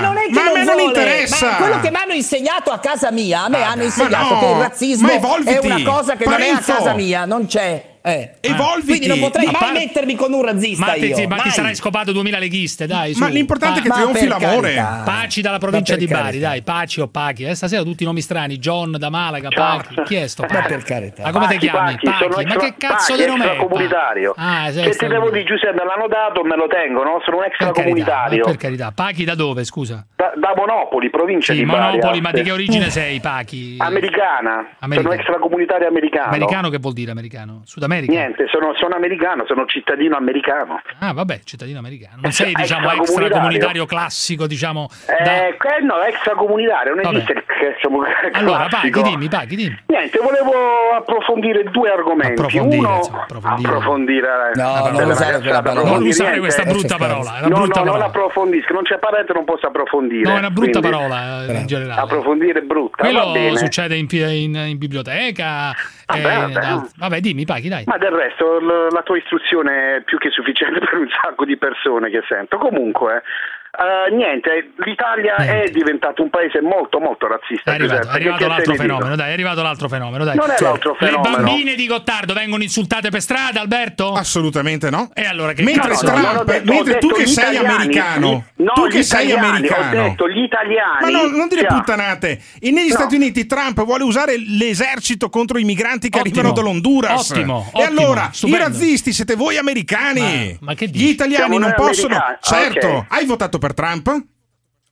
non Ah, è che Ma a me non vuole, interessa. ma è quello che mi hanno insegnato a casa mia, a me hanno insegnato no, che il ma razzismo è evolviti, una cosa che non è a Parenzo. casa mia, non c'è. Eh. Evolviti. Quindi non potrei Ma mai par- mettermi con un razzista Ma, io. ti, ma ti mai. sarai scopato 2000 leghiste, dai. su. Ma l'importante è che Pa- trionfi ma per l'amore. carità. Paci dalla provincia Ma per di Bari, carità. dai. Paci o Pachi. Eh, stasera tutti i nomi strani. John da Malaga, Pachi. Chi è sto? Ma Pachi? per carità. Ma come ti chiami? Pacchi, sono Pachi. Ma che extra- cazzo Pacchi, di nome è? extracomunitario. Ah, sei Se ti extracomunitario. devo dire Giuseppe, me l'hanno dato, me lo tengo, no? Sono un Per carità, ma extracomunitario. per carità. Pachi da dove, scusa? Da, da Monopoli, provincia Sì, di Bari. Monopoli, ma di Asti. che origine sei, Pachi? Americana. Americano. Sono extracomunitario americano. Americano che vuol dire americano? Sud America? Niente, sono, sono americano, sono cittadino americano. Ah, vabbè, cittadino americano. Non sei, Ah, diciamo, extracomunitario. extracomunitario classico, diciamo. Eh, da- que- no, extracomunitario, non esiste il diciamo, Allora, Pachi, classico. dimmi, Pachi, dimmi. Niente, volevo approfondire due argomenti. Approfondire, Uno, insomma, approfondire. approfondire. Eh, No, vabbè, non Cioè, la usare quella ragazza la parola. Eh, approfondi Non usare niente. questa brutta parola, è una no, brutta no, parola. non approfondisco. Non c'è parente, non posso approfondire. No, è una brutta Quindi, parola eh, in generale. Approfondire è brutta. va Quello bene. Ah, succede in, in- in biblioteca. eh, in vabbè. alt- vabbè, dimmi, Pachi, dai. Ma del resto l- la tua istruzione è più che sufficiente per un sacco di persone che sento. Comunque, eh, niente, l'Italia è diventato un paese molto molto È razzista. arrivato, è Giuseppe, che- arrivato che te l'altro ne dico? fenomeno, dai, è arrivato l'altro fenomeno, dai. Cioè, Non è l'altro Le fenomeno. bambine di Gottardo vengono insultate per strada, Alberto? Assolutamente no. E allora che Mentre cazzo? Trump- non ho detto- mentre ho tu detto che gli sei italiani, americano, gli- no, tu gli che sei italiani, americano. ho detto gli italiani, Ma no, non dire cioè- puttanate. E negli No. Stati Uniti Trump vuole usare l'esercito contro i migranti che Ottimo. arrivano dall'Honduras. Ottimo, e ottimo, allora, stupendo. i razzisti siete voi americani. Ma- ma che Gli dici? italiani Siamo non noi possono. americani. Ah, Certo, ok. hai votato per Trump?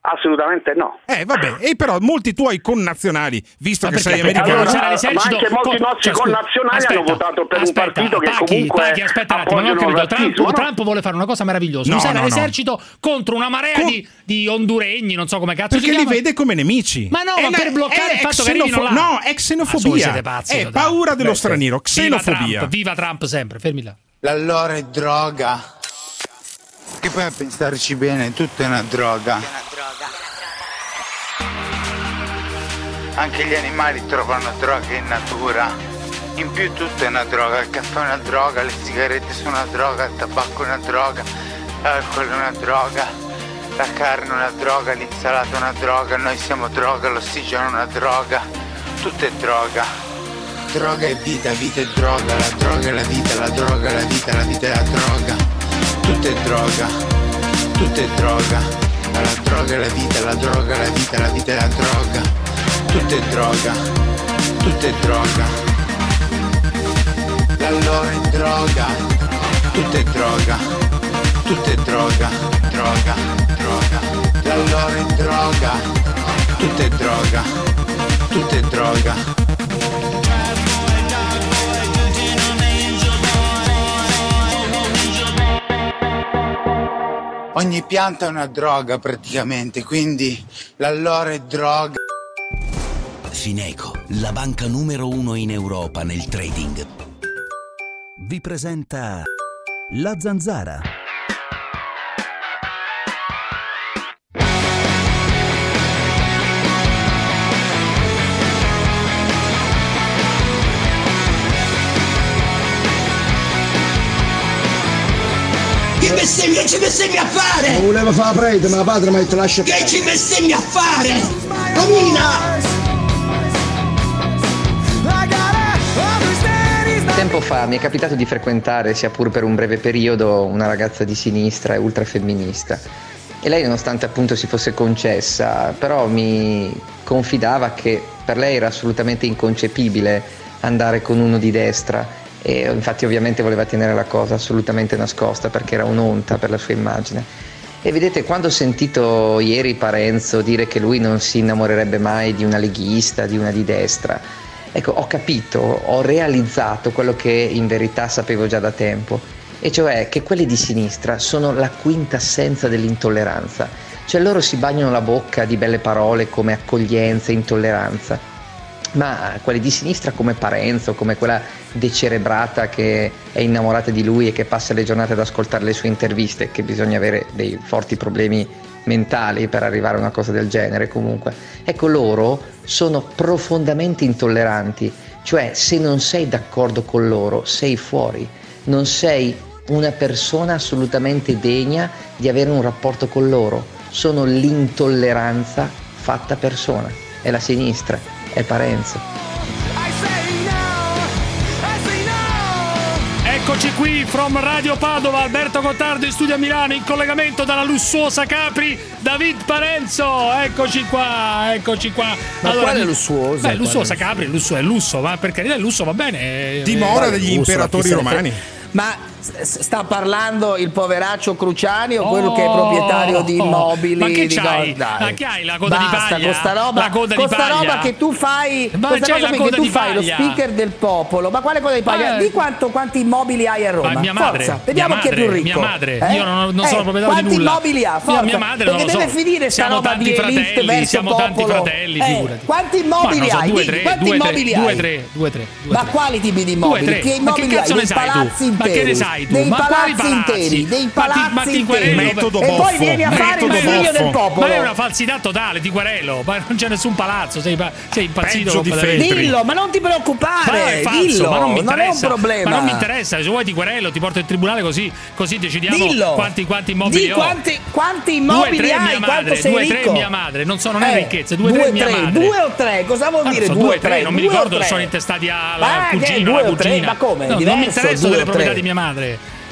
Assolutamente no. Eh, vabbè, e però molti tuoi connazionali, visto che sei americano, Allora, ma anche molti nostri connazionali hanno votato per cioè, aspetta, un partito che Paghi, comunque Paghi, aspetta un attimo, non ho appoggiano il capito. Trump, razzismo, no? Trump vuole fare una cosa meravigliosa: No, usare no, no. l'esercito contro una marea di, di honduregni, non so come cazzo si perché li chiama. vede come nemici. Ma no, È ma una- per bloccare è il fatto che arrivino xenofo- là. No, è Ma voi xenofobia. siete pazzi, è dai. paura dello Beh, sì. straniero, Viva xenofobia. Trump, Viva Trump sempre, fermi là. L'allora è droga. Che poi a pensarci bene, tutto è una droga. Anche gli animali trovano droghe in natura. In più tutto è una droga, il caffè è una droga, le sigarette sono una droga, il tabacco è una droga, l'alcol è una droga, la carne è una droga, l'insalata è una droga, noi siamo droga, l'ossigeno è una droga, tutto è droga. Droga è vita, vita è droga, la droga è la vita, la droga è la vita, la vita è la droga. Tutto è droga, tutto è droga. La droga è la vita, la droga è la vita, la vita è la droga. Tutto è droga, tutto è droga. L'allora è droga, tutto è droga, tutto è droga, droga, droga. L'allora è droga, tutto è droga, tutto è droga. Ogni pianta è una droga praticamente, quindi l'allora è droga. Fineco, la banca numero uno in Europa nel trading. Vi presenta La Zanzara. Che bestemmia ci bestemmi a fare? Non volevo fare la prete, ma padre mi ha detto lascia Che ci bestemmi a fare? Domina! Tempo fa mi è capitato di frequentare, sia pur per un breve periodo, una ragazza di sinistra e ultrafemminista. E lei, nonostante appunto si fosse concessa, però mi confidava che per lei era assolutamente inconcepibile andare con uno di destra. E infatti, ovviamente, voleva tenere la cosa assolutamente nascosta perché era un'onta per la sua immagine. E vedete, quando ho sentito ieri Parenzo dire che lui non si innamorerebbe mai di una leghista, di una di destra, ecco, ho capito, ho realizzato quello che in verità sapevo già da tempo, e cioè che quelli di sinistra sono la quintessenza dell'intolleranza. Cioè loro si bagnano la bocca di belle parole come accoglienza, intolleranza, ma quelli di sinistra come Parenzo, come quella decerebrata che è innamorata di lui e che passa le giornate ad ascoltare le sue interviste, che bisogna avere dei forti problemi mentali per arrivare a una cosa del genere comunque. Ecco, loro sono profondamente intolleranti, cioè se non sei d'accordo con loro sei fuori, non sei una persona assolutamente degna di avere un rapporto con loro, sono l'intolleranza fatta persona, è la sinistra, è Parenzo. Eccoci qui from Radio Padova, Alberto Gottardo in studio a Milano in collegamento dalla lussuosa Capri, David Parenzo. Eccoci qua, eccoci qua. Ma quale lussuosa? Beh, lussuosa Quale lussuosa? Capri, lusso è lusso, ma per carità il lusso va bene. eh, Dimora eh, degli lusso, imperatori chi se ne frega. romani. Ma s- s- sta parlando il poveraccio Cruciani o Oh, quello che è proprietario di oh, immobili? ma che di c'hai? go- dai. Ma che hai, la coda di Basta, paglia? Con sta roba, La coda di con sta paglia? roba che tu fai, Ma questa c'hai cosa la che coda tu di fai, lo paglia? speaker del popolo. Ma quale coda di paglia? Eh. Di quanto, quanti immobili hai a Roma? Ma mia madre, Forza, mia vediamo chi è più madre, ricco. mia madre. Eh? Io non- non Eh, sono proprietario di quanti nulla. immobili ha? Io, Forza, mia madre, perché non lo deve so. finire sta Siamo roba tanti di elite fratelli, verso siamo tanti popolo. fratelli, Eh, figurati. quanti Ma immobili non so, hai? due, Digli, tre, quanti due, tre, immobili due, hai? tre, due, tre, due, Ma tre. quali tipi di Due, immobili? tre. Che Ma che immobili cazzo hai? ne Dei sai palazzi tu? Ma interi. che ne sai tu? Dei Ma quali palazzi, palazzi? interi, dei Ma ti- palazzi ma ti interi. querello per- e poi vieni a fare il Metodo figlio boffo. del popolo. Ma è una falsità totale, ti querello. Ma non c'è nessun palazzo, sei, pa- sei impazzito. completamente. Dillo, ma non ti Ma no, preoccupare, è falso, dillo, ma non, mi è un interessa. problema. Ma non mi interessa, se vuoi ti querello, ti porto in tribunale così, così decidiamo Dillo. quanti, quanti immobili Di ho. quanti, quanti oh. immobili due, tre, hai, mia quanto madre, sei due, ricco. tre, mia madre, non so, non è Eh, ricchezza, due, tre, mia tre, madre. due o tre, cosa vuol Ma dire so, due, due, o tre? tre, non mi Due o ricordo, tre? sono intestati alla Ma che è cugina, due alla o tre? cugina. Ma come? È No, non diverso, mi interessa due delle o tre. proprietà di mia madre.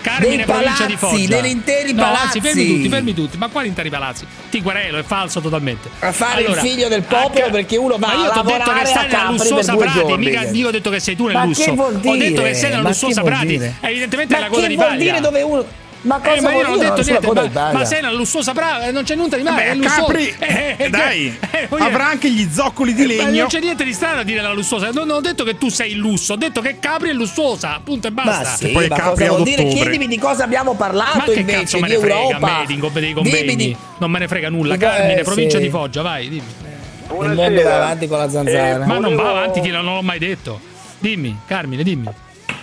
Carmine, Dei provincia di palazzi, Foggia. degli interi no, palazzi. anzi, fermi tutti, fermi tutti. Ma quali interi palazzi? Ti querelo, è falso totalmente. A fare Allora, il figlio del a popolo ca- perché uno va ma io a ti ho detto lavorare che a stai nella Capri per lussuosa due Prati, giorni. mica io ho detto che sei tu nel Ma lusso. che vuol Ho detto dire? che sei nella Ma che lussuosa vuol Prati. dire? Evidentemente è Ma la coda che di vuol paglia. dire dove uno Ma cosa Eh, ma io non ho vuol dire? detto Nessuno niente. può Ma, dare paga. ma sei una lussuosa brava, eh, non c'è nulla di male. Beh, è lussuosa. Capri, Eh, eh, dai, eh, voglio dire- avrà anche gli zoccoli di Eh, ma legno. non c'è niente di strano a dire la lussuosa. Non, non ho detto che tu sei il lusso, ho detto che Capri è lussuosa. Punto e basta. Ma sì, ma cosa vuol dire? Chiedimi di cosa abbiamo Ma parlato che invece cazzo me di ne frega a Europa. me di incompeti- dei Dimmi convegni? di- Non me ne frega nulla. Eh, Carmine, sì. provincia di Foggia, vai, dimmi. Eh, Il mondo va avanti con la zanzara. Ma non va avanti chi non l'ho mai detto. Dimmi, Carmine, dimmi.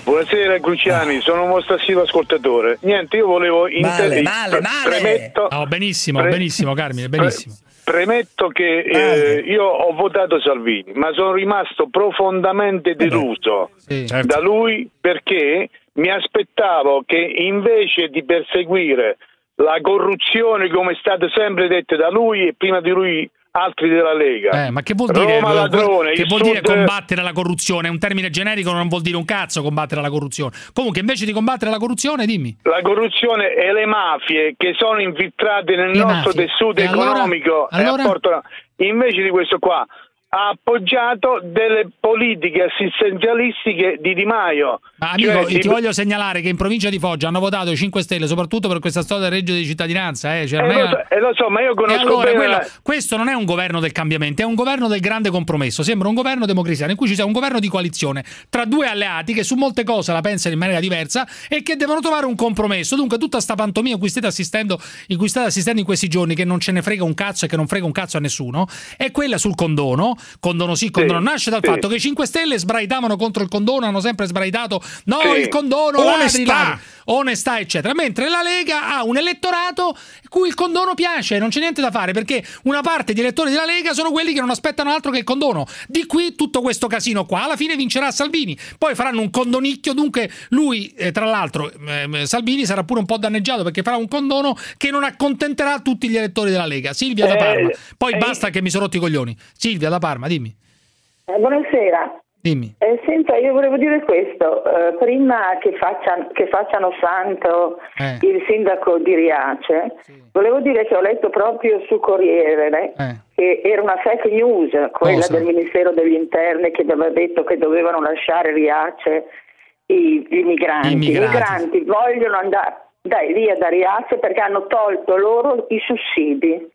Buonasera Ah. Cruciani, sono un vostro assiduo ascoltatore. Niente, io volevo inter- pre- premetto, Oh, benissimo, pre- benissimo, Carmine, benissimo. premetto che eh, io ho votato Salvini, ma sono rimasto profondamente deluso Certo. da lui perché mi aspettavo che invece di perseguire la corruzione come è stato sempre detto da lui e prima di lui altri della Lega. Eh, ma che vuol Roma dire, ladrone, che il vuol dire Sud- combattere la corruzione? È un termine generico, non vuol dire un cazzo combattere la corruzione. Comunque, invece di combattere la corruzione, dimmi. La corruzione e le mafie che sono infiltrate nel Le nostro mafie. tessuto E allora? economico e Allora? apportano- invece di questo qua ha appoggiato delle politiche assistenzialistiche di Di Maio. Ma amico, Cioè, ti di- voglio segnalare che in provincia di Foggia hanno votato i 5 Stelle, soprattutto per questa storia del reggio di cittadinanza. Eh. Cioè, Eh, non è- lo so- eh, lo so, ma io E conosco allora, bene quello- la- questo non è un governo del cambiamento, è un governo del grande compromesso. Sembra un governo democristiano in cui ci sia un governo di coalizione tra due alleati che su molte cose la pensano in maniera diversa e che devono trovare un compromesso. Dunque, tutta sta pantomima in cui state assistendo in, cui state assistendo in questi giorni, che non ce ne frega un cazzo e che non frega un cazzo a nessuno, è quella sul condono. Condono sì, condono no. nasce dal sì. fatto che i 5 Stelle sbraitavano contro il condono, hanno sempre sbraitato no, Sì. il condono, ladri, Onestà. ladri, onestà, eccetera. Mentre la Lega ha un elettorato cui il condono piace, non c'è niente da fare perché una parte di elettori della Lega sono quelli che non aspettano altro che il condono. Di qui tutto questo casino qua. Alla fine vincerà Salvini, poi faranno un condonicchio. Dunque, lui, eh, tra l'altro, ehm, Salvini sarà pure un po' danneggiato perché farà un condono che non accontenterà tutti gli elettori della Lega. Silvia da Eh, Parma. Poi eh. basta che mi sono rotti i coglioni. Silvia da Parma, dimmi. Eh, Buonasera. Dimmi. Eh, senta, io volevo dire questo, eh, prima che, faccian- che facciano santo Eh. il sindaco di Riace, volevo dire che ho letto proprio su Corriere eh, che era una fake news quella Cosa? del Ministero degli Interni che aveva detto che dovevano lasciare Riace i, gli migranti. I I migrati. migranti vogliono andare dai, via da Riace perché hanno tolto loro i sussidi.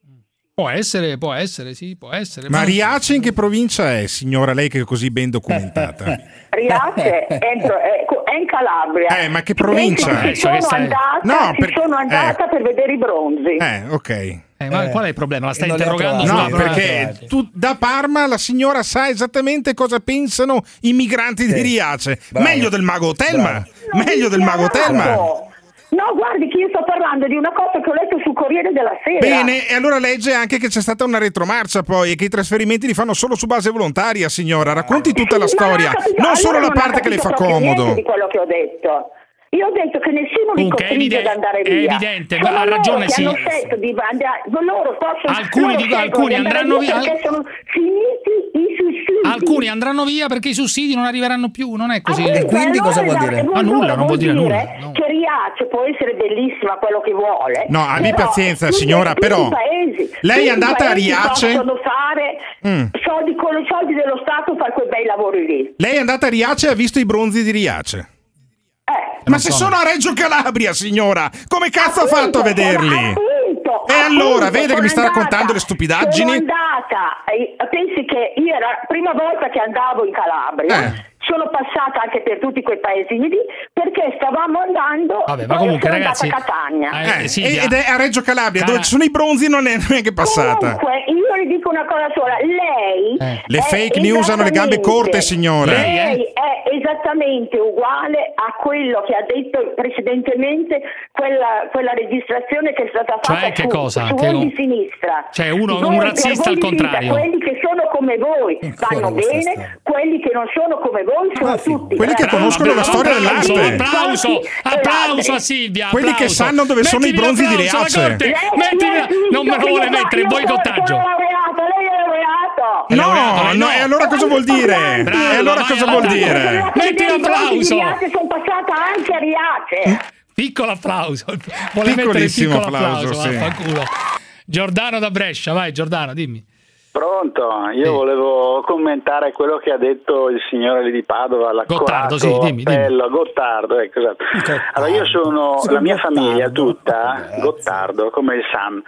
Può essere, può essere, sì, può essere. Ma Riace in che provincia è, signora? Lei che è così ben documentata. Riace è, in- è- è in Calabria. Eh, ma che provincia? Ci sono andata, No, ci sono andata per vedere i bronzi. eh, ok. ma qual è il problema? La stai non li ha interrogando trovati. sulla- non No, li ha perché trovati. tu da Parma la signora sa esattamente cosa pensano i migranti di Riace. Bravo. Meglio del mago Telma. Meglio del mago Telma. Bravo. No, guardi che io sto parlando di una cosa che ho letto sul Corriere della Sera. Bene, e allora legge anche che c'è stata una retromarcia poi e che i trasferimenti li fanno solo su base volontaria, signora. Racconti tutta la Sì, ma storia, ho capito- non allora solo la non ho parte che le capito fa proprio niente comodo. di quello che ho detto. Io ho detto che nessuno li Dunque, è costringe evide- ad andare è via. evidente, Sono ma ha loro ragione, che sì. hanno scelto di andare, loro possono, Alcuni loro di- scelgono alcuni di andare andranno via- perché sono finiti i sussidi. Alcuni andranno via perché i sussidi non arriveranno più, non è così. Appunto, allora da- Ah, Ma nulla, non vuol dire nulla. Che Riace può essere bellissima quello che vuole. No, ah, abbi però pazienza, tutti- signora, tutti però i paesi- lei è tutti i andata a paesi Riace? Possono fare Mm. soldi con i soldi dello Stato fare quei bei lavori lì. Lei è andata a Riace e ha visto i bronzi di Riace. Eh. Ma se sono a Reggio Calabria, signora, come cazzo ha fatto a vederli? E allora, vede che mi sta raccontando le Sono stupidaggini? andata, eh, pensi che io era la prima volta che andavo in Calabria. Eh. Sono passata anche per tutti quei paesini lì perché stavamo andando Vabbè, ma poi comunque, sono ragazzi, andata a Catania. Eh, e- ed è a Reggio Calabria, dove ci sono i bronzi, non è, non è che è passata. Comunque, io le dico una cosa sola, lei... Eh. Le è fake news hanno le gambe esattamente- corte, signora. Lei Lei, è esattamente uguale a quello che ha detto precedentemente quella, quella registrazione che è stata Cioè, fatta che su, cosa? su Che voi non- di sinistra. Cioè, uno- un Voi- per razzista voi al di sinistra, contrario. Quelli che sono come voi vanno questa bene, quelli che non sono come voi sono tutti. Quelli che Bravo, Ah, conoscono la bravo, storia bravo, dell'arte. bravo, Applauso, bravo, applauso a Silvia. Quelli che applauso. sanno dove sono i Mettimi bronzi di l'applauso alla Riace. corte, mettimi la- Non me lo vuole mettere, boicottaggio. Lei è laureato. No, no, e allora cosa vuol dire? e allora cosa vuol dire? Metti l'applauso. Sono passata anche a Riace. Piccolo applauso. Vuole mettere il Piccolissimo piccolo applauso, applauso, sì. vaffanculo. Giordano da Brescia, vai Giordano, dimmi. Pronto, io volevo commentare quello che ha detto il signore di Padova, la Gottardo, sì, dimmi, dimmi. Bello, Gottardo, ecco, esatto. Allora io sono, la mia famiglia tutta, Gottardo, come il Sam,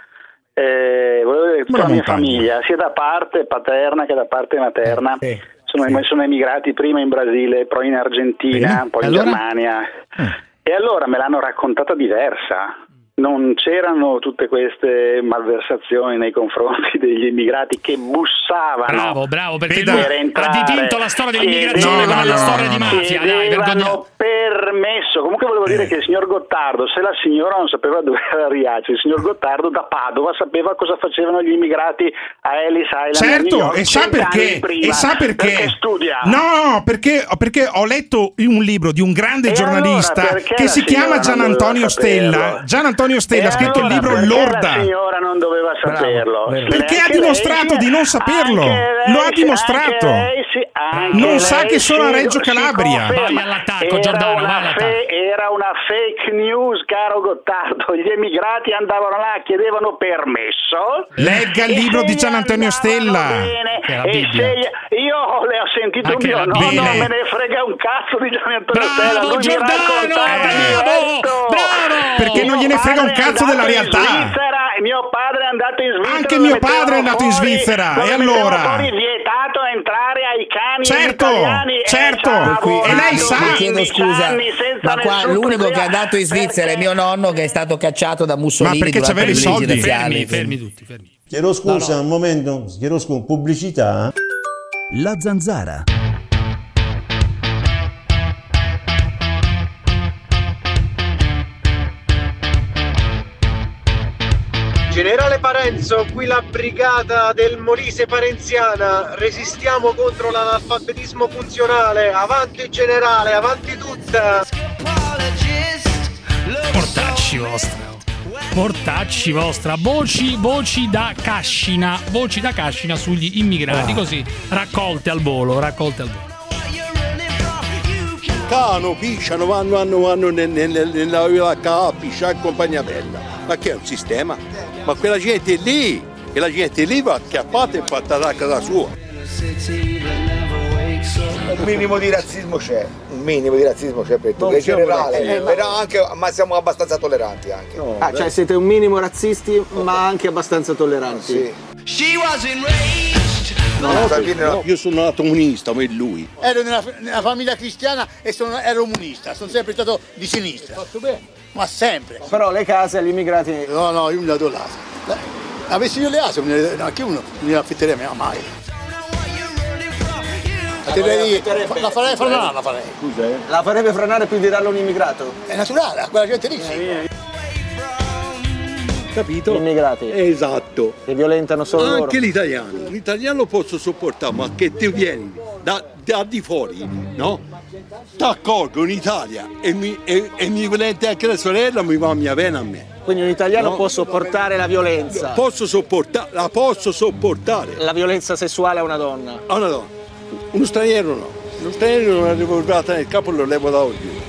eh, volevo dire, tutta la mia famiglia, sia da parte paterna che da parte Eh, materna, sono, sono emigrati prima in Brasile, poi in Argentina, Bene, poi in allora? Germania Eh. e allora me l'hanno raccontata diversa. Non c'erano tutte queste malversazioni nei confronti degli immigrati che bussavano. Bravo, bravo, perché per lui entrare, ha dipinto la storia dell'immigrazione chiedevano- come la storia di mafia, dai, vergogna. Eh. chiedevano permesso. Comunque volevo dire che il signor Gottardo, se la signora non sapeva dove era Riace, il signor Gottardo da Padova sapeva cosa facevano gli immigrati a Ellis Island. a New Certo, York e sa cent'anni perché? prima, e sa perché? studia. No, perché, perché ho letto un libro di un grande E giornalista allora perché che la si signora chiama non Gian doveva Antonio saperlo? Stella. Gian Antonio Stella E ha scritto il allora libro perché Lorda. La signora non doveva saperlo. Perché ha dimostrato di non saperlo. Lo ha dimostrato. Eh, non sa che sono a Reggio Calabria. Vai all'attacco, Giordano, vai all'attacco. Era una fake news, caro Gottardo. Gli emigrati andavano là, chiedevano permesso. Legga il libro di Gian Antonio Stella. E se- io le ho sentito Anche mio la nonno, Bibbia. me ne frega un cazzo di Gianni Antonio Stella. Lui mi raccontava diretto. Perché non gliene frega un cazzo della realtà. Svizzera, e mio padre è andato in Svizzera. Anche lo mio mettevano padre è andato in fuori, Svizzera, lo e mettevano allora? fuori, Ah. vietato entrare ai cani Certo, italiani. e certo. ci ha Per cui- lavorato e lei sa- Mi chiedo 15 scusa, anni senza ma qua nessun l'unico che è tutela. andato in Svizzera è mio nonno che è stato cacciato da Mussolini. Ma perché durante c'aveva eh, le i crisi soldi? razziali, Fermi, quindi. Chiedo scusa, un momento, chiedo scusa, pubblicità. La zanzara. Generale Parenzo, qui la brigata del Molise Parenziana, resistiamo contro l'analfabetismo funzionale, avanti generale, avanti tutta! Mortacci vostra. Mortacci vostra, voci, voci da cascina, voci da cascina sugli immigrati, Ah. così raccolte al volo, raccolte al volo. Cano, pisciano, vanno, vanno, vanno nel- nel- nella villa K, piscia e compagnia bella. Ma che è un sistema? Ma quella gente lì, quella gente lì va acchiappata e fatta da casa sua. Un minimo di razzismo c'è, un minimo di razzismo c'è per tutti, Non è siamo generale, razzisti. eh, però anche, ma siamo abbastanza tolleranti anche. Eh. Ah, cioè siete un minimo razzisti, ma anche abbastanza tolleranti. No, Salvini no. Io sono nato comunista, ma è lui. Ero nella, nella famiglia cristiana e sono, ero comunista, sono sempre stato di sinistra. Fatto bene. Ma sempre. Però le case agli immigrati. No, no, io mi la do là. Avessi io le asse, me ne- no, anche uno non gliela affitterei mai. mai. La terrei- fa- la farei frenare, la farei. Scusa, eh. La farebbe frenare più di darla a un immigrato? È naturale, quella gente lì sì. Capito? Gli immigrati. Esatto. Che violentano solo loro. Anche l'italiano. L'italiano posso sopportare, ma che ti vieni da, da di fuori, no? Ti accolgo in Italia e mi, e, e mi violenti anche la sorella, mi va mia vena a me. Quindi un italiano No. può sopportare la violenza. Posso sopportare, la posso sopportare. La violenza sessuale a una donna. Ah no, no, uno straniero no. Uno straniero non arrivo a tenere il capo e lo levo da oggi.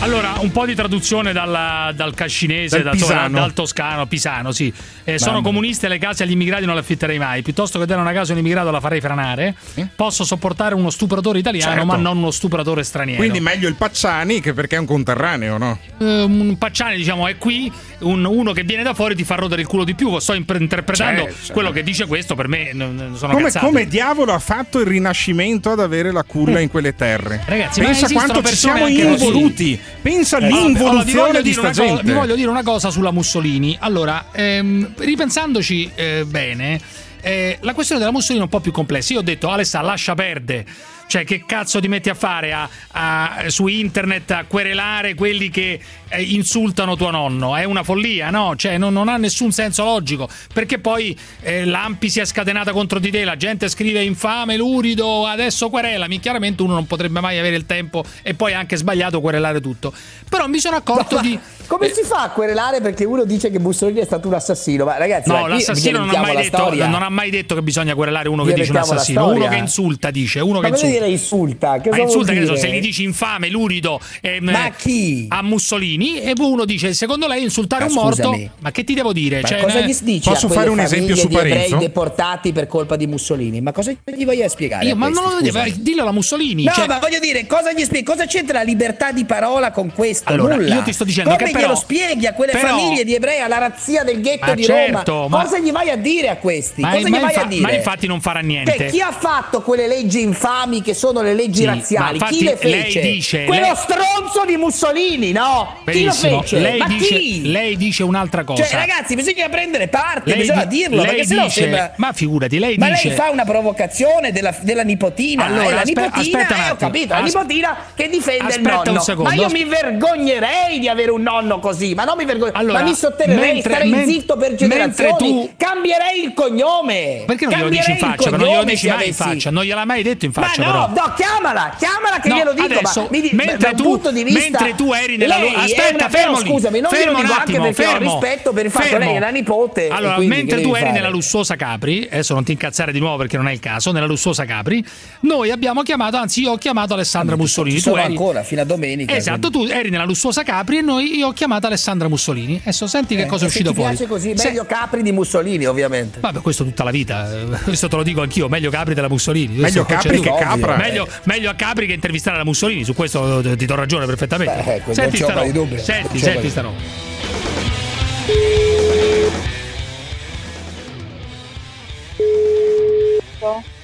Allora, un po' di traduzione dalla- dal cascinese, Dal da- insomma, pisano. dal toscano, pisano, sì. Eh, sono Mamma. comuniste, le case agli immigrati non le affitterei mai. Piuttosto che dare una casa a un immigrato la farei franare. Posso sopportare uno stupratore italiano, Certo. ma non uno stupratore straniero. Quindi meglio il Pacciani che perché è un conterraneo, no? Eh, un Pacciani, diciamo, è qui. un- uno che viene da fuori ti fa rodere il culo di più. Sto impre- interpretando Certo, certo. quello che dice questo. Per me n- n- sono Come, cazzate. Eh. come diavolo ha fatto il Rinascimento ad avere la culla in quelle terre? Ragazzi, ma pensa esistono quanto ci persone siamo anche così. involuti. Pensa Eh, allora, vi voglio all'involuzione di dire sta una cosa- gente. Vi voglio dire una cosa sulla Mussolini. Allora, ehm, ripensandoci eh, bene, eh, la questione della Mussolini è un po' più complessa. Io ho detto, Alessa, lascia perdere. Cioè, che cazzo ti metti a fare a- a- su internet a querelare quelli che eh, insultano tuo nonno? È una follia, no? Cioè, non, non ha nessun senso logico. Perché poi eh, l'ampi si è scatenata contro di te, la gente scrive infame, lurido, adesso querelami. Chiaramente uno non potrebbe mai avere il tempo e poi è anche sbagliato querelare tutto. Però mi sono accorto di... Come si fa a querelare perché uno dice che Mussolini è stato un assassino? Ma ragazzi, No, dai, qui l'assassino non ha, inventiamo mai la detto, storia. non ha mai detto che bisogna querelare uno che Io dice un inventiamo la assassino. Uno storia. che insulta dice, uno Ma che voglio insulta. dire, dire insulta? Che Ma cosa vuol insulta, che ne so, dire? se gli dici infame, lurido ehm, Ma a chi? a Mussolini, e uno dice: Secondo lei insultare Ma un morto? scusami. Ma che ti devo dire? Ma Cioè, cosa ne- gli dici a quelle famiglie di ebrei deportati per colpa di Mussolini? Ma cosa gli voglio spiegare? Io, a ma questi, non lo devo, scusami? dillo alla Mussolini. No, cioè- ma voglio dire, cosa gli spieghi? Cosa c'entra la libertà di parola con questo? Allora, Nulla. io ti sto dicendo Come che però- glielo spieghi a quelle però- famiglie di ebrei, alla razzia del ghetto Ma di certo, Roma? ma- Cosa gli vai a dire a questi? ma, cosa gli ma vai a infa- dire? ma infatti non farà niente. Cioè, chi ha fatto quelle leggi infami che sono le leggi Sì, ma razziali? infatti chi le lei fece? dice- Quello lei- stronzo di Mussolini, no? Chi Benissimo. lo fece? Lei, ma dice, chi? lei dice un'altra cosa. Cioè, ragazzi, bisogna prendere parte, Lei bisogna di- dirlo, lei perché sennò dice- sembra. Ma figurati, lei Ma dice. lei fa una provocazione della, della nipotina, Allora, eh, la aspe- nipotina, aspetta un eh, ho attimo. capito, la As- nipotina che difende il aspetta un nonno. secondo. Ma io mi vergognerei di avere un nonno così, ma non mi vergognerei, Allora, ma mi sotterrei, mentre- starei men- zitto per mentre generazioni, tu- cambierei il cognome. Perché non glielo Cambierei dici in il faccia? Non glielo cognome dici se mai in avessi- faccia, non gliel'ha mai detto in Ma faccia. no, però. no, chiamala, chiamala che No, glielo dico, adesso, ma mi di- mentre da un tu- punto di vista mentre tu eri nella lei loro- è aspetta, una- però, fermo lì, scusami, non glielo fermo un dico attimo, anche perché fermo, ho rispetto per il fatto fermo. lei è la nipote. Eh, e Allora, quindi che mentre devi tu eri fare? nella lussuosa Capri, adesso non ti incazzare di nuovo perché non è il caso, nella lussuosa Capri, noi abbiamo chiamato, anzi io ho chiamato Alessandra Mussolini, Ci tu sono eri ancora fino a domenica. Esatto, tu eri nella lussuosa Capri e noi io ho chiamato Alessandra Mussolini. Adesso senti che Eh, cosa è se uscito ti fuori. piace così, Se- meglio Capri di Mussolini, ovviamente. Vabbè, questo tutta la vita, eh, questo te lo dico anch'io, meglio Capri della Mussolini. Questo Meglio c'è Capri dubbio. che Capra. eh. Meglio, meglio a Capri che intervistare la Mussolini, su questo eh, ti do ragione perfettamente. Beh, ecco, non senti c'ho sta mai roba. dubbi. Non Senti, c'ho senti mai sta roba.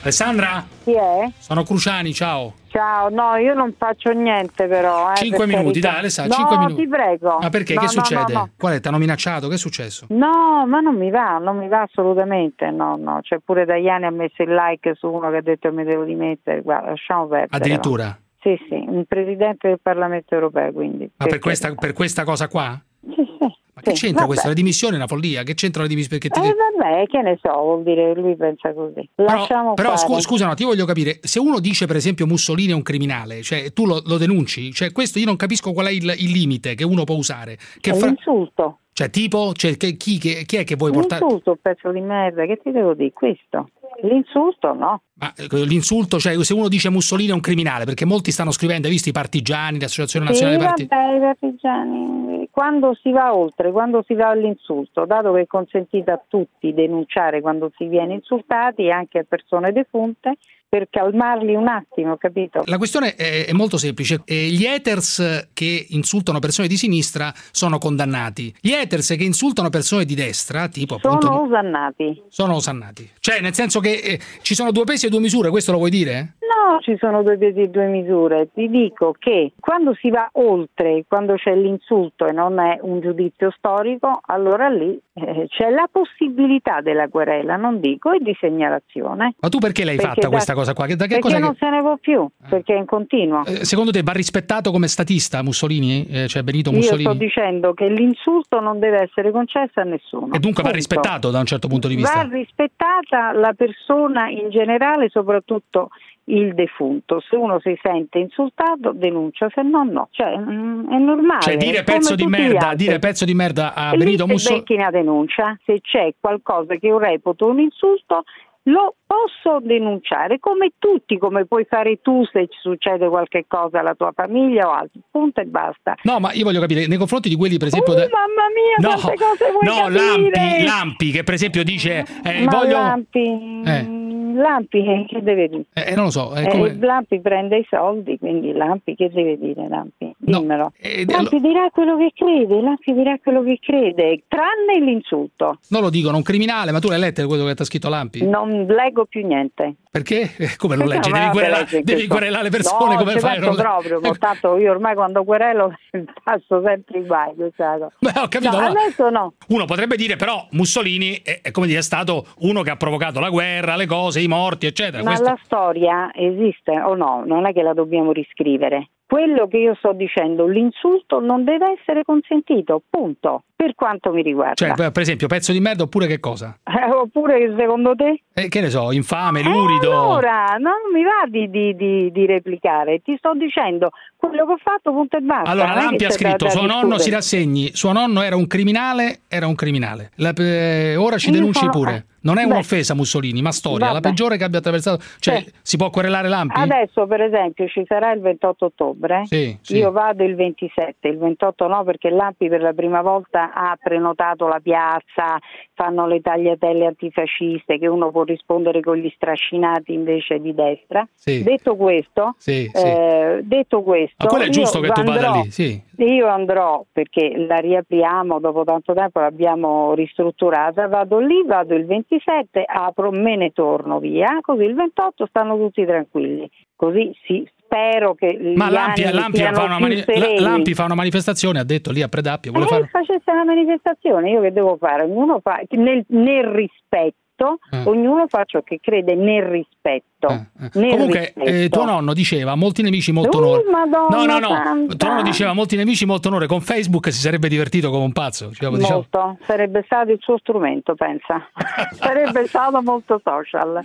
Alessandra, Esatto. Chi è? sono Cruciani, ciao. Ciao, no, io non faccio niente però. Eh, Cinque per minuti, carità. dai, Alessandra, no, cinque minuti. ti prego. Ma perché? No, che no, succede? No, Qual è? T'hanno minacciato? Che è successo? no. No, ma non mi va, non mi va assolutamente, no, no. Cioè pure Daiani ha messo il like su uno che ha detto che mi devo dimettere, guarda, lasciamo perdere. Addirittura. no. Sì, sì, un presidente del Parlamento europeo, quindi. Ma per questa, per questa cosa qua? Ma che Sì, c'entra vabbè. questo? La dimissione è una follia. Che c'entra la dimissione? Perché ti- Eh vabbè, che ne so, vuol dire che lui pensa così. Lasciamo Però fare. scu- scusa, no, ti voglio capire, se uno dice per esempio Mussolini è un criminale, cioè tu lo, lo denunci, cioè questo io non capisco qual è il, il limite che uno può usare. Che È fra- un insulto. Cioè tipo, cioè, che- chi, che- chi è che vuoi portare? L'insulto, pezzo di merda, che ti devo dire? Questo. L'insulto no. Ma, eh, L'insulto, cioè se uno dice Mussolini è un criminale, perché molti stanno scrivendo, hai visto i partigiani, l'associazione Sì, nazionale dei vabbè, partigiani. i partigiani. Quando si va oltre, quando si va all'insulto, dato che è consentito a tutti denunciare quando si viene insultati, anche a persone defunte, per calmarli un attimo, capito? La questione è, è molto semplice. Eh, gli haters che insultano persone di sinistra sono condannati. Gli haters che insultano persone di destra, tipo appunto. Sono osannati. Sono osannati. Cioè, nel senso che eh, ci sono due pesi e due misure, questo lo vuoi dire? No, ci sono due piedi e due misure. Ti dico che quando si va oltre, quando c'è l'insulto e non è un giudizio storico, allora lì eh, c'è la possibilità della querela, non dico, e di segnalazione. Ma tu perché l'hai Perché fatta da- questa cosa qua? Che- da che perché cosa che- Ah. non se ne può più, perché è in continuo. Eh, Secondo te va rispettato come statista Mussolini? Eh, cioè Benito Io Mussolini? sto dicendo che l'insulto non deve essere concesso a nessuno. E dunque va Punto. rispettato da un certo punto di vista. Va rispettata la persona in generale, soprattutto il defunto. Se uno si sente insultato, denuncia, se no, no. Cioè, mm, è normale. Cioè, dire come pezzo di tutti gli merda, altri. dire pezzo di merda a E lì Benito se Mussolini. becchi una denuncia, se c'è qualcosa che io reputo un insulto, lo posso denunciare come tutti, come puoi fare tu se ci succede qualche cosa alla tua famiglia o altro. Punto e basta. No, ma io voglio capire, nei confronti di quelli, per esempio. Oh, da- mamma mia, No, quante cose vuoi no capire? Lampi, Lampi, che per esempio dice: eh, Ma Voglio. Lampi, Eh, Lampi che- che deve dire? eh, non lo so. eh, Eh, come- Lampi prende i soldi, quindi Lampi che deve dire Lampi? No, Dimmelo. eh, Lampi dirà quello che crede, Lampi dirà quello che crede, tranne l'insulto. Non lo dicono, un criminale, ma tu l'hai letto quello che ti ha scritto Lampi? Non leggo più niente. Perché? Eh, Come lo Perché leggi? non Devi vado a querelare, leggere devi questo. querelare le persone no, come ci fai? penso proprio, ma tanto io ormai quando querelo passo sempre in guaio. sai. Beh, ho capito. No, ma- adesso no. Uno potrebbe dire però Mussolini è, è come dire, è stato uno che ha provocato la guerra, le cose, i morti, eccetera. Ma Eh, Questo- la storia esiste o no? Non è che la dobbiamo riscrivere. Quello che io sto dicendo, l'insulto non deve essere consentito, punto, per quanto mi riguarda. Cioè, per per esempio, pezzo di merda oppure che cosa? Eh, oppure che secondo te? Eh, che ne so, infame, Eh, lurido. allora, non mi va di, di- di- di replicare, ti sto dicendo quello che ho fatto, punto e basta. Allora, Non è che Lampi ha c'è da- scritto: da Suo nonno si discutere. rassegni. Suo nonno era un criminale, era un criminale. La- eh, ora ci Io denunci sono- pure. Non è un'offesa Mussolini, ma storia, la Vabbè. peggiore che abbia attraversato. Cioè, Sì. Ah, si può querelare l'ampi? Adesso per esempio ci sarà il 28 ottobre, Sì, sì. io vado il 27, il 28 no perché l'Ampi per la prima volta ha prenotato la piazza, fanno le tagliatelle antifasciste che uno può rispondere con gli strascinati invece di destra. Sì. Detto questo, Sì, sì. eh, detto questo Ma Ah, quello è io giusto che tu vada andrò- lì, sì. Io andrò perché la riapriamo dopo tanto tempo, l'abbiamo ristrutturata, vado lì, vado il 27, apro, me ne torno via, così il 28 stanno tutti tranquilli. Così sì, spero che gli Ma l'ampi, animi l'Ampi siano fa una più mani- sereni. l'Ampi fa una manifestazione, ha detto lì a Predappia, vuole Eh, fare facesse una manifestazione, io che devo fare? Ognuno fa nel, nel rispetto, Eh. ognuno fa ciò che crede nel rispetto. nel Comunque, eh, rispetto. tuo nonno diceva molti nemici, molto Uh, onore. no, no, Madonna no. santa. Tuo nonno diceva molti nemici, molto onore. Con Facebook si sarebbe divertito come un pazzo. Diciamo, diciamo. Molto, sarebbe stato il suo strumento, pensa. sarebbe stato molto social.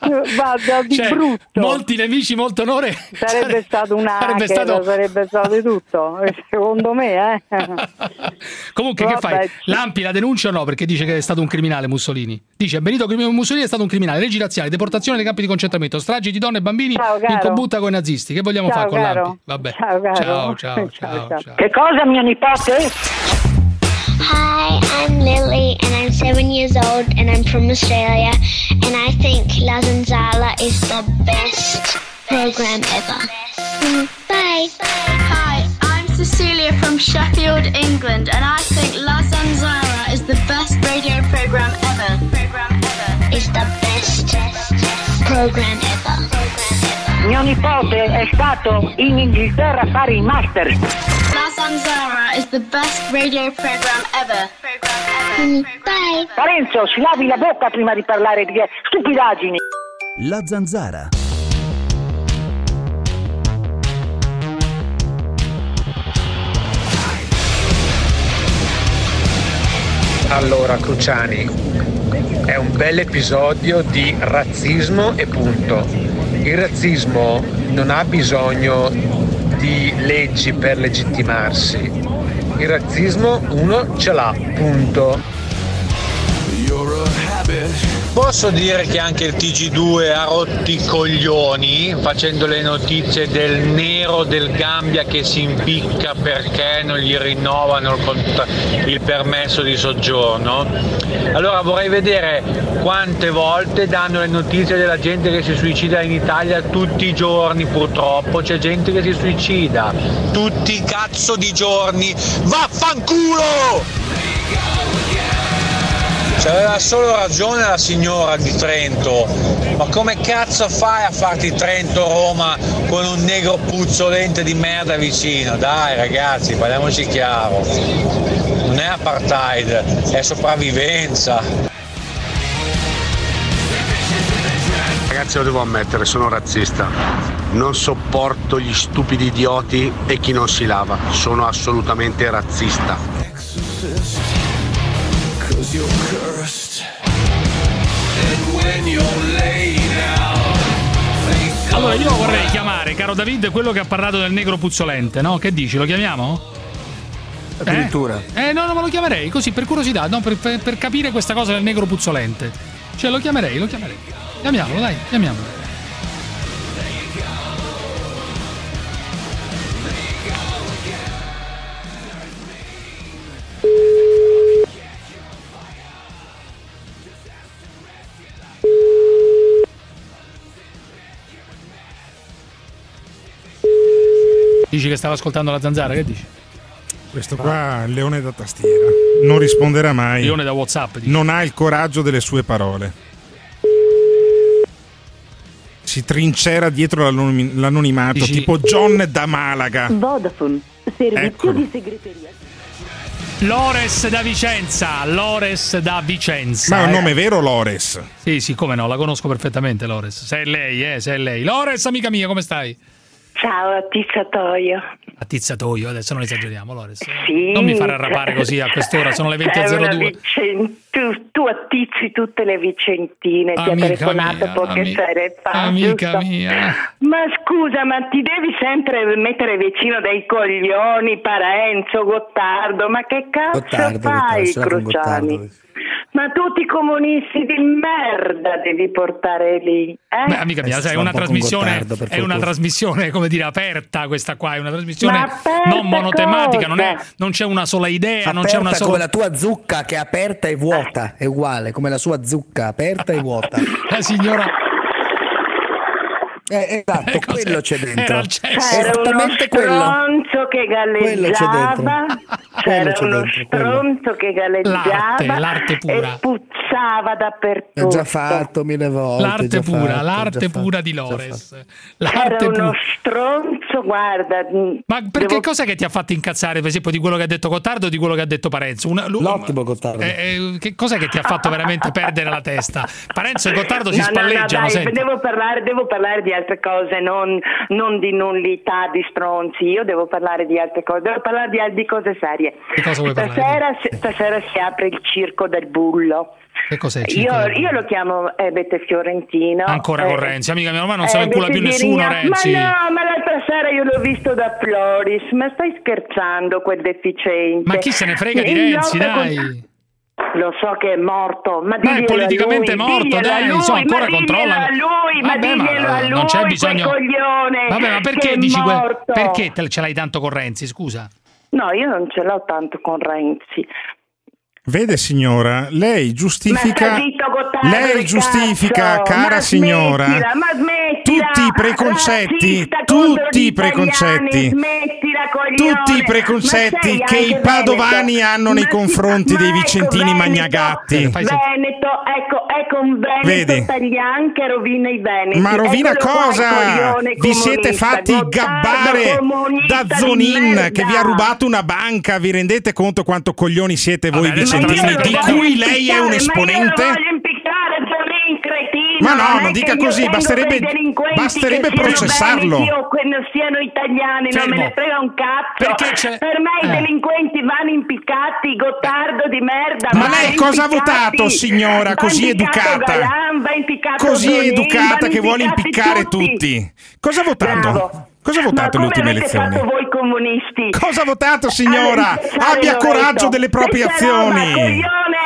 Vado di Cioè, brutto. molti nemici, molto onore. Sarebbe stato un hacker, sarebbe sarebbe stato- stato, di tutto, secondo me. eh. Comunque, che Vabbè, fai? L'Ampi la denuncia o no? Perché dice che è stato un criminale Mussolini. Dice Benito Crimi- Mussolini è stato un criminale. Leggi razziali, deportazione nei campi di concentramento, stragi di donne e bambini in caro. combutta con i nazisti. Che vogliamo Ciao, fare con caro. l'Ampi? Vabbè. Ciao, caro. ciao, ciao, ciao, Ciao, ciao. ciao. Che cosa, mio nipote? Hi, I'm Lily and I'm seven years old and I'm from Australia and I think La Zanzala is the best program ever. Mm, Bye. Hi, I'm Cecilia from Sheffield, England and I think La Zanzala is the best radio program ever. Program ever. It's the best program ever. Mio nipote è stato in Inghilterra a fare il master. La Zanzara is the best radio program ever. Bye. Lorenzo, si lavi la bocca prima di parlare di stupidaggini. La zanzara. Allora, Cruciani, è un bel episodio di razzismo e punto. Il razzismo non ha bisogno di leggi per legittimarsi. Il razzismo uno ce l'ha, punto. Posso dire che anche il TG2 ha rotto i coglioni facendo le notizie del nero del Gambia che si impicca perché non gli rinnovano il, cont- il permesso di soggiorno? Allora vorrei vedere quante volte danno le notizie della gente che si suicida in Italia tutti i giorni purtroppo, c'è gente che si suicida tutti i cazzo di giorni, vaffanculo! C'aveva Cioè, solo ragione la signora di Trento, ma come cazzo fai a farti Trento-Roma con un negro puzzolente di merda vicino? Dai ragazzi, parliamoci chiaro, non è apartheid, è sopravvivenza. Ragazzi, lo devo ammettere, sono razzista. Non sopporto gli stupidi idioti e chi non si lava. Sono assolutamente razzista. Cause you're cursed. And when you're laid out, think of Allora, io vorrei chiamare, caro David, quello che ha parlato del negro puzzolente, no? Che dici? Lo chiamiamo? Addirittura. Eh, no, no, ma lo chiamerei così per curiosità, no? Per, per- per capire questa cosa del negro puzzolente. Cioè, lo chiamerei, lo chiamerei. Chiamiamolo, dai, chiamiamolo. Dici che stava ascoltando la zanzara, che dici? Questo qua è il leone da tastiera. Non risponderà mai. Leone da WhatsApp. dici. Non ha il coraggio delle sue parole. Si trincera dietro l'anonim- l'anonimato, tipo John da Malaga. Vodafone, servizio Eccolo. di segreteria. Lores da Vicenza, Lores da Vicenza. Ma è un eh. nome vero, Lores? Sì, sì, come no, la conosco perfettamente Lores. Se è lei, eh, se è lei. Lores, amica mia, come stai? Ciao, tizzatoio. Attizzatoio, adesso non esageriamo, Lores. Sì. Non mi far arrapare così a quest'ora, sono le È una 20.02. vicen- tu, tu attizzi tutte le vicentine, ti ha Amica telefonato mia, poche ami- sere fa. amica giusto? mia. eh. Ma scusa, ma ti devi sempre mettere vicino dei coglioni, Parenzo, Gottardo, ma che cazzo Gottardo, Vittorio, fai, ce l'ha con Cruciani? Ma tutti i comunisti di merda devi portare lì. Eh? Beh, amica mia, Eh, sai, è sono una un po' trasmissione, congotardo, per è una fortuna. trasmissione, come dire, aperta questa qua, è una trasmissione Ma aperta non monotematica, non, è- cosa? non c'è una sola idea, non c'è Aperta una come sola... Eh. la tua zucca che è aperta e vuota, è uguale, come la sua zucca aperta e vuota. La signora... Eh, esatto, Eh, cioè, cos'è? quello c'è dentro. Era il cesso. Era Esattamente uno quello. stronzo che Quello c'è dentro. galleggiava, Quello c'era c'è uno dentro, quello. stronzo che galleggiava L'arte, l'arte pura. e puzzava L'ho dappertutto. già fatto mille volte. L'arte già pura, fatto, l'arte già pura fatto, di già Lores. fatto. L'arte Era uno pura. stronzo, guarda. Ma perché cos'è che ti ha fatto incazzare, per esempio, di quello che ha detto Cottardo o di quello che ha detto Parenzo? Una- lu- L'ottimo Gottardo. eh, eh, che cos'è che ti ha fatto veramente perdere la testa? Parenzo e Gottardo si No, no, no, spalleggiano, dai, senti. devo, parlare, devo parlare di altre cose, non, non di nullità, di stronzi. Io devo parlare di altre cose, devo parlare di, di cose serie. Che cosa vuoi parlare? Stasera, si- stasera si apre il circo del bullo. Che cos'è il circo Io, del bullo? io lo chiamo Ebete Fiorentino. Ancora Eh, con Renzi, amica mia, ormai non eh, se ne incula più Beppe nessuno Ghirina- Renzi. Ma no, ma l'altra sera io l'ho visto da Floris, ma stai scherzando quel deficiente. Ma chi se ne frega di In Renzi, lotta con- dai. Lo so che è morto, ma, Ma è diglielo politicamente a lui, morto, diglielo dai, a lui, insomma, ancora ma diglielo controllano. a lui, ma Vabbè, ma, diglielo a eh, lui, non c'è quel bisogno- coglione Vabbè, ma che perché è dici que- morto. perché te- ce l'hai tanto con Renzi, scusa? No, io non ce l'ho tanto con Renzi. Vede signora, lei Ma giustifica, sta zitto, Gottardo, lei cazzo! giustifica, cara Ma signora, smettila, ma smettila! tutti i preconcetti, Razzista contro tutti gli i preconcetti, italiani, smettila, coglione! tutti i Ma preconcetti sei che i anche padovani Veneto. hanno nei Ma sì, confronti ma dei ecco, vicentini Veneto, magnagatti. Veneto, ecco, ecco un Veneto Vedi? italiano che rovina i Veneti. Ma rovina Eccolo qua, cosa? coglione Vi siete comunista, fatti Gottardo gabbare da comunista di Zonin merda. che vi ha rubato una banca, vi rendete conto quanto coglioni siete voi Vabbè, adesso Ma vicentini io lo di voglio cui lei è un impiccare, Ma io lo esponente? voglio impiccare Zonin, cretino. Ma no, non è non dica che io così, tengo basterebbe- per i delinquenti basterebbe che siano processarlo. veneti o che non siano italiani, Fermo. non me ne frega un cazzo. Perché c'è- Per me i eh. delinquenti vanno impiccati, Gottardo di merda. Ma vanno lei cosa ha impiccati. votato, signora, Va così impiccato educata? Galan, va impiccato Così Zonin, educata vanno che vuole impiccati impiccare tutti. Cosa ha votato? Bravo. Cosa ha votato Ma alle come ultime avete elezioni? fatto voi comunisti? Cosa ha votato, signora? Allora, sai, Abbia Lorenzo, coraggio delle proprie questa roba, coglione, azioni.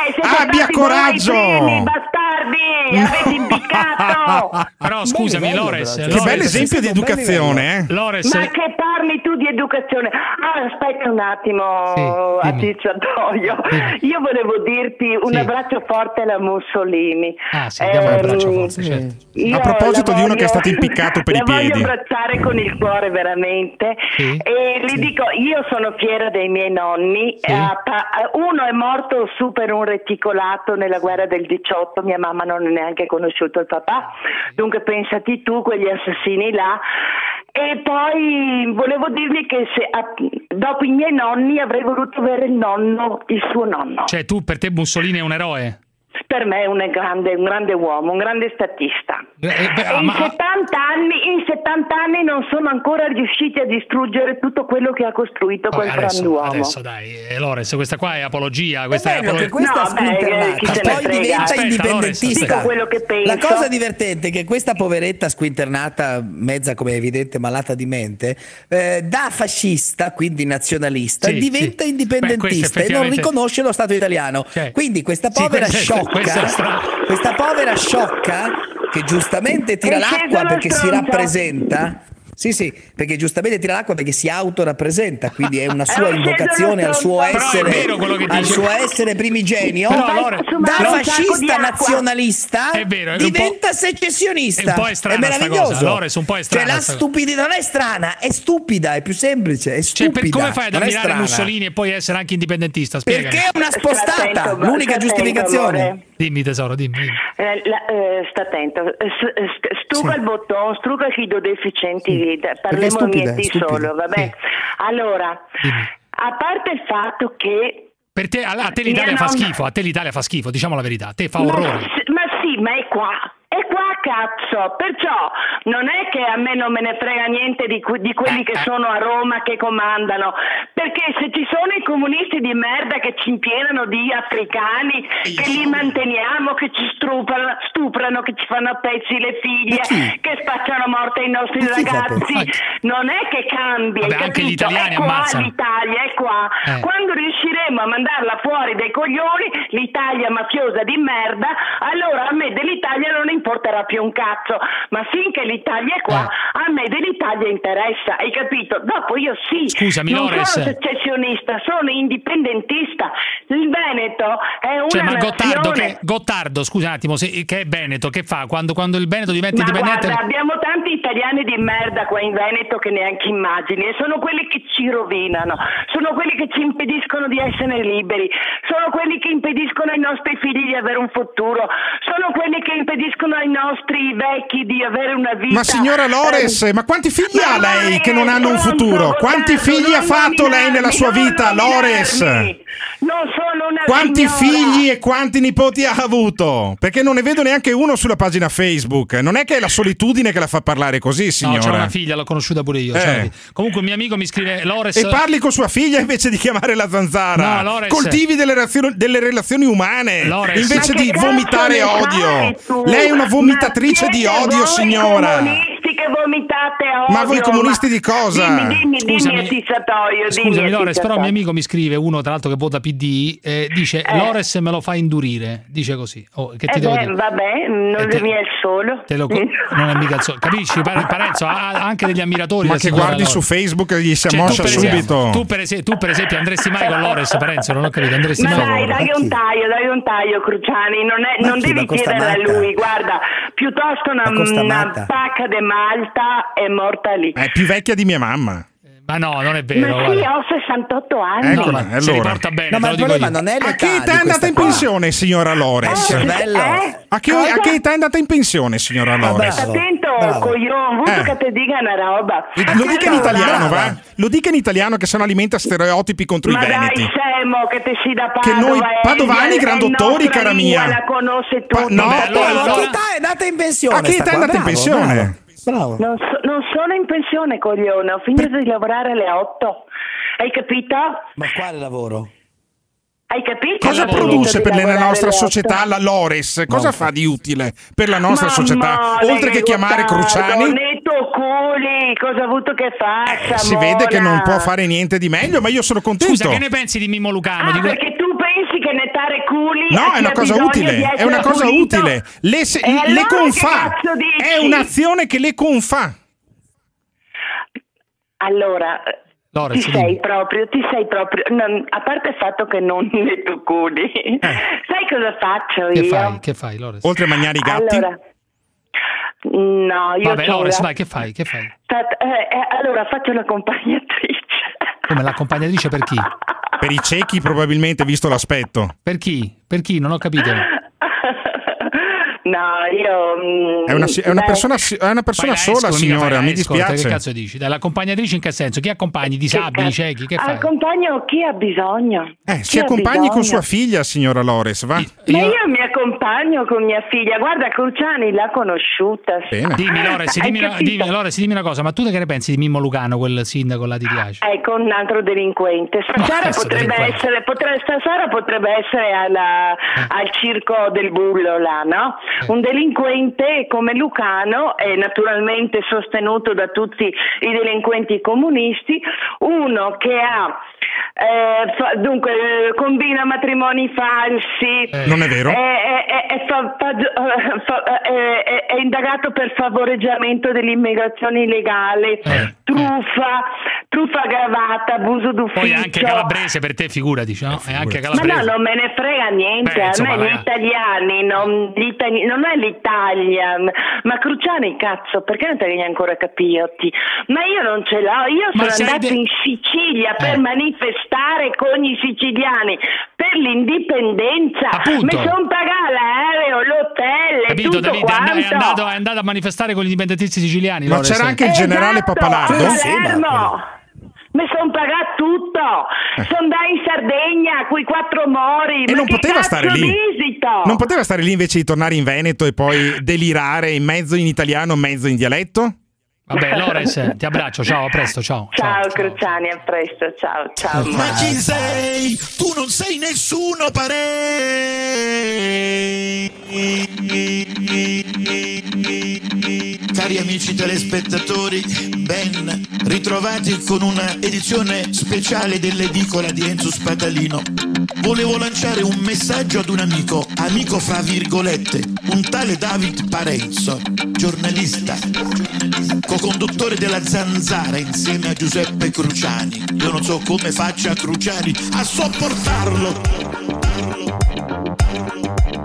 siete Abbia stati voi coraggio. i primi bastardi, avete impiccato. Però Ah, scusami, livello, Lores, però, cioè. Lores- Che bel esempio di Un bel educazione, livello. eh. Lores, Ma che parli tu di educazione? Ah, aspetta un attimo, Sì, a dimmi. Ciccio Antonio. Io volevo dirti un abbraccio forte alla Mussolini. Ehm, Ah, sì, diamo un abbraccio forte, certo. io A proposito la di uno che è voglio- stato impiccato per i la piedi. voglio abbracciare con il cuore veramente Sì. e gli dico io sono fiera dei miei nonni Sì. Eh, pa- uno è morto su per un reticolato nella guerra del 18 mia mamma non ha neanche conosciuto il papà dunque pensati tu quegli assassini là e poi volevo dirvi che se a- dopo i miei nonni avrei voluto avere il nonno, il suo nonno. Cioè, tu per te Mussolini è un eroe? Per me è un grande, un grande uomo, un grande statista. Eh, beh, E in, ma- 70 anni, in 70 anni non sono ancora riusciti a distruggere tutto quello che ha costruito quel adesso, grande adesso dai, eh, Lores, questa qua è apologia. Questa bello apolo- che questa No, è beh, squinternata. Chi se ne Poi frega? diventa Aspetta, Lores, indipendentista. aspetta. Dico quello che La cosa divertente è che questa poveretta squinternata, mezza come è evidente malata di mente, eh, da fascista, quindi nazionalista, Sì, diventa sì. Beh, questo indipendentista e non effettivamente- riconosce lo Stato italiano. Cioè, quindi questa sì, povera questo è- sciocca, questo è strano. questa povera sciocca che giustamente tira È sceso l'acqua lo perché si stronzo. rappresenta. Sì, sì, perché giustamente tira l'acqua perché si autorappresenta, quindi è una sua È sceso lo invocazione al suo stronzo. Però è essere, vero quello che al dice. suo essere primigenio, Però, allora, da però- fascista nazionalista È vero, è un diventa è secessionista. un po' è strana sta meraviglioso. cosa, Loris, un po' è strana Cioè, la sta cosa. stupidità non è strana, è stupida, è più semplice, è Cioè, stupida. per come fai ad non è ammirare strana. Mussolini e poi essere anche indipendentista? Spiegami. Perché è una Sta spostata, attento, l'unica sta attento, amore. giustificazione. Dimmi tesoro, dimmi. dimmi. Eh, la- eh, sta attento, Eh, s- eh, st- struga il bottone, struga chi do deficienti vede. Perché è parliamo stupida, niente è stupida. solo, va bene? Allora, a parte il fatto che Per te, a a te Mia l'Italia fa nonna- schifo, a te l'Italia fa schifo, diciamo la verità, a te fa Ma orrore. s- Ma, sì, ma è qua. È è qua, cazzo. Perciò non è che a me non me ne frega niente di, que- di quelli che sono a Roma che comandano, perché se ci sono i comunisti di merda che ci impienano di africani, che li manteniamo, che ci strupano- stuprano, che ci fanno a pezzi le figlie, che spacciano morte i nostri chi fa ragazzi, pezzi? non è che cambia, Vabbè, hai anche gli capito? italiani è qua ammazzano. l'Italia, è qua. Eh. Quando riusciremo a mandarla fuori dai coglioni, l'Italia mafiosa di merda, allora a me dell'Italia non importerà più un cazzo, ma finché l'Italia è qua, Eh. a me dell'Italia interessa, hai capito? Dopo io sì, Scusami, non Lores. sono secessionista, sono indipendentista. Il Veneto è una Cioè, ma Gottardo, nazione- che, Gottardo, scusa un attimo, se- che è Veneto, che fa? Quando, quando il Veneto diventa ma indipendente... guarda, abbiamo tanti italiani di merda qua in Veneto che neanche immagini e sono quelli che ci rovinano, sono quelli che ci impediscono di essere liberi, sono quelli che impediscono ai nostri figli di avere un futuro, sono quelli che impediscono ai nostri vecchi di avere una vita. Ma signora Lores, Eh, ma quanti figli ha lei che non hanno un futuro? Quanti figli ha fatto lei nella sua vita, Lores? Non sono una Quanti signora. figli e quanti nipoti ha avuto? Perché non ne vedo neanche uno sulla pagina Facebook. Non è che è la solitudine che la fa parlare così, No, c'è signora. una figlia, l'ho conosciuta pure io. c'è Eh. una figlia. Comunque un mio amico mi scrive Lores... e parli con sua figlia invece di chiamare la zanzara. No, Lores- Coltivi delle relazioni, delle relazioni umane Lores- invece Ma che di cazzo vomitare ne odio. fai tu? Lei è una Ma vomitatrice di siete odio, voi signora. Comunisti che vomitate odio, Ma voi comunisti di cosa? Dimmi, dimmi, dimmi Scusami. a Tizzatoio, dimmi Scusami Lores, a però Tizzatoio. mio amico mi scrive, uno tra l'altro che vota PD, eh, dice Eh. Lores me lo fa indurire, dice così. Oh, che ti Eh devo beh, dire? vabbè, non mi è il solo. Te lo co- non è mica il sol- capisci? Pare- Parenzo ha ha anche degli ammiratori. Ma la che signora guardi Lores. su Facebook e gli si Cioè, tu, ammoscia per esempio, subito. tu, per esempio, tu per esempio andresti mai con Lores, Parenzo, non ho capito, Eh, andresti Ma mai dai, con dai Lores. un taglio, dai un taglio, Cruciani. Non, è- Ma non chi, devi la Costa chiedere Matta? a lui, guarda. Piuttosto una, La Costa una Matta. pacca de Malta è morta lì. È più vecchia di mia mamma. Ma no, non è Ma vero. sì, guarda. ho 68 anni. Eh, Eccola, ma allora. si riporta bene, No, te ma lo il dico problema io. non è l'età A che di età è andata questa in qua. pensione, signora Lores? Eh, eh? A, che, a che età è andata in pensione, signora Lores? Sta attento, coglione, vuoi che te dica una roba. Eh. Lo dica in italiano, va? Lo dica in italiano che sennò alimenta stereotipi contro Ma i veneti. dai, Semo, che te si da Che Padova. noi- è- padovani, è grandottori, nostra cara lingua, mia. La conosce tu. no, Beh, allora- Ma che età è andata in pensione? A che sta età è qua? andata in Bravo, pensione? Bravo. bravo. Non, so- non sono in pensione, coglione. Ho finito di lavorare alle 8. Hai capito? Ma quale lavoro? Hai capito? Cosa Ho finito produce di per la lavorare nostra alle società 8. la Lores? Cosa No. fa di utile per la nostra Mamma, società? Oltre lei che chiamare Gottardo, Cruciani? Eh, Netto culi, cosa ha avuto che faccia? Si vede che non Mona? può fare niente di meglio, ma io sono contento. Scusa, che ne pensi di Mimmo Lucano? Ah, Di que- perché tu pensi che nettare culi No, è sia una cosa bisogno di utile, è essere una cosa pulito? utile. Le, se- E allora le che confà, cazzo dici? è un'azione che le confà. Allora, Lore, ti sì, sei dimmi. proprio, ti sei proprio, non- a parte il fatto che non ne tu culi, sai cosa faccio Eh. Che io? fai? Che fai, Lores? Oltre a mangiare i gatti, Allora, no, io Vabbè, c'ho Lores, una- vai, che fai? Che fai? Stat- eh, eh, allora faccio l'accompagnatrice. Come l'accompagnatrice per chi? per i ciechi probabilmente, visto l'aspetto. Per chi? Per chi? Non ho capito. No, io... mm, È una, si- è una beh, persona, si- è una persona Fai la sola, escort, mica fai signora, la mi escort, Che cazzo dispiace. dici? Dai, l'accompagnatrice in che senso? Chi accompagni? Disabili, cazzo- ciechi? Che fai? Accompagno chi ha bisogno. Eh, Chi si ha accompagni con sua bisogno. figlia, signora Lores, va? Ma io mi accompagno con mia figlia. Guarda, Cruciani l'ha conosciuta. Ah, Bene. Dimmi, Lores, Hai dimmi, una- capito? dimmi, Lores, dimmi una cosa, ma tu che ne pensi di Mimmo Lucano, quel sindaco là di Riace? Ecco, un altro delinquente. Stasera Ah, adesso potrebbe delinquente. essere, potre- stasera potrebbe essere alla- Eh. al circo del bullo là, no? Un delinquente come Lucano, e naturalmente sostenuto da tutti i delinquenti comunisti, uno che ha eh, fa- dunque eh, combina matrimoni falsi Eh. Non è vero. è, è- è- è fa- eh, fa- fa- è- è- è indagato per favoreggiamento dell'immigrazione illegale Eh. truffa, truffa aggravata, abuso d'ufficio. Poi è anche calabrese per te, figurati, no? Eh, È anche Ma calabrese. no, non me ne frega niente, Beh, Eh, insomma, a me gli la- italiani, non, gli itali- non è l'Italia, ma Cruciani cazzo, perché non te ne ancora capirti? Ma io non ce l'ho, io Ma sei sono andato de- Eh. in Sicilia per manifestare con i siciliani per l'indipendenza, Appunto. mi sono pagato l'aereo, l'hotel e Capito, tutto Davide? È quanto. and- È andato, è andato a manifestare con gli indipendentisti siciliani. Ma Lores. c'era anche il generale Esatto, Papalardo? a Palermo. Eh. Mi sono pagato tutto, sono andato in Sardegna, quei quattro mori. E ma non che poteva cazzo stare lì. dici capito? Non poteva stare lì invece di tornare in Veneto e poi delirare in mezzo in italiano, mezzo in dialetto? Vabbè, Lores, eh, ti abbraccio, ciao, a presto, ciao. Ciao, Cruciani, a presto, ciao, ciao. Ma chi sei? Tu non sei nessuno parei. Cari amici telespettatori, ben ritrovati con una edizione speciale dell'edicola di Enzo Spadalino. Volevo lanciare un messaggio ad un amico, amico fra virgolette, un tale David Parenzo, giornalista, co-conduttore della Zanzara insieme a Giuseppe Cruciani. Io non so come faccia Cruciani a sopportarlo.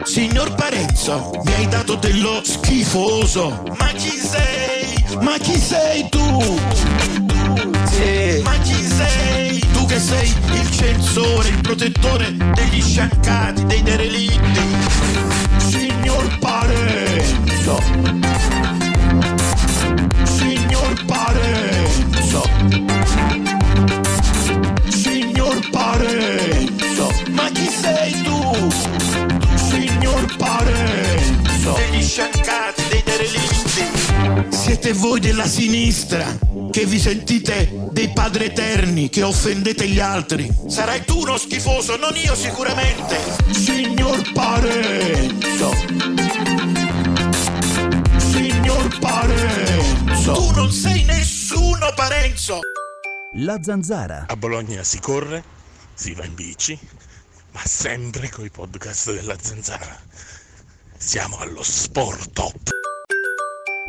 Signor Parenzo, mi hai dato dello schifoso. Ma chi sei? Ma chi sei tu? Sì. Ma chi sei? Tu che sei il censore, il protettore degli sciancati, dei derelitti. Signor Parenzo. Signor Parenzo. Signor Parenzo. Ma chi sei tu? signor Parenzo Degli sciancati, dei derelitti Siete voi della sinistra Che vi sentite dei padri eterni Che offendete gli altri Sarai tu uno schifoso, non io sicuramente Signor Parenzo Signor Parenzo Tu non sei nessuno Parenzo La zanzara. A Bologna si corre, si va in bici, ma sempre con i podcast della zanzara. Siamo allo sport top.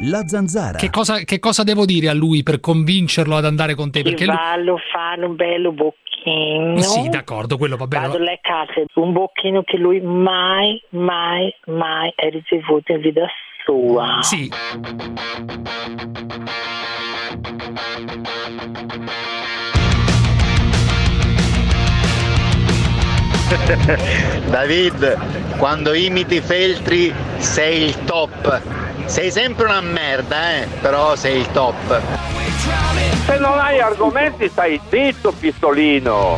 La zanzara. Che cosa, che cosa devo dire a lui per convincerlo ad andare con te? Perché Perché lui... Eh lo fa un bello bocchino. Sì, d'accordo, quello va bene. Vado alle case, un bocchino che lui mai, mai, mai ha ricevuto in vita sua. Sì. David, quando imiti Feltri sei il top. Sei sempre una merda, eh, però sei il top. Se non hai argomenti stai zitto, pistolino.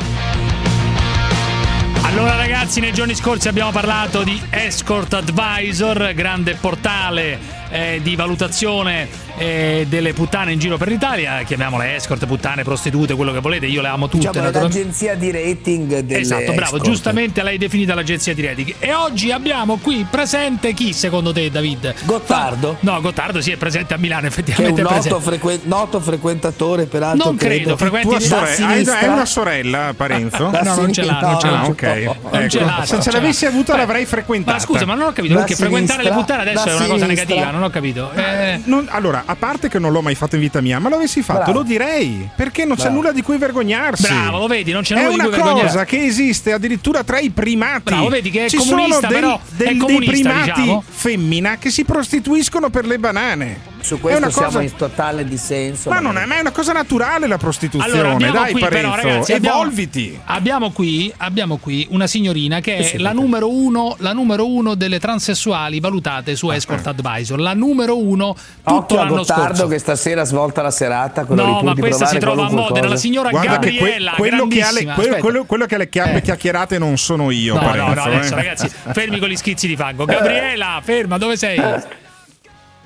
Allora ragazzi, nei giorni scorsi abbiamo parlato di Escort Advisor, grande portale eh, di valutazione eh, delle puttane in giro per l'Italia, chiamiamole escort, puttane, prostitute, quello che volete, io le amo tutte. Diciamo, è naturalmente. l'agenzia di rating delle Esatto, bravo, escort. giustamente l'hai definita l'agenzia di rating. E oggi abbiamo qui presente chi secondo te David? Gottardo? No, Gottardo sì, è presente a Milano Che è un effettivamente. è noto, presente. frequen- noto frequentatore, peraltro. Non credo, frequenti- Tua Da sorella- Hai sinistra- hai una sorella, Parenzo? Da No, non ce l'ha, non ce l'ha. Ah, ok. Non ce Ecco. l'ha, Se non ce ce l'ha. l'avessi avuta Beh, l'avrei frequentata. Ma scusa, ma non ho capito, Da perché frequentare le sinistra, puttane adesso da è una cosa sinistra. negativa, non ho capito. Eh, Non- allora, a parte che non l'ho mai fatto in vita mia, ma l'avessi fatto, Bravo. lo direi. Perché non c'è Bravo. nulla di cui vergognarsi. Bravo, lo vedi, non c'è È nulla di una cui cosa vergognarsi. che esiste addirittura tra i primati. Bravo, vedi che è Ci sono comunista, del- però è del- comunista, dei primati diciamo. femmina che si prostituiscono per le banane. Su è questo una siamo cosa... in totale dissenso. Ma non è, ma è una cosa naturale la prostituzione, Allora, abbiamo dai qui Parenzo, però, ragazzi, abbiamo- evolviti. Abbiamo qui, abbiamo qui una signorina che è Sì, sì, la, perché- numero uno, la numero uno delle transessuali valutate su Escort Advisor. La numero uno tutto Occhio a l'anno Gottardo scorso. che stasera svolta la serata con No, ma questa si trova a Modena, la signora Guarda che que- Gabriella, quello, che ha le, grandissima, quello- aspetta. Eh. quello- quello che ha le chiappe chiacchierate non sono io. No, no, Parenzo, no, adesso eh. ragazzi, fermi con gli schizzi di fango. Gabriela, ferma, dove sei?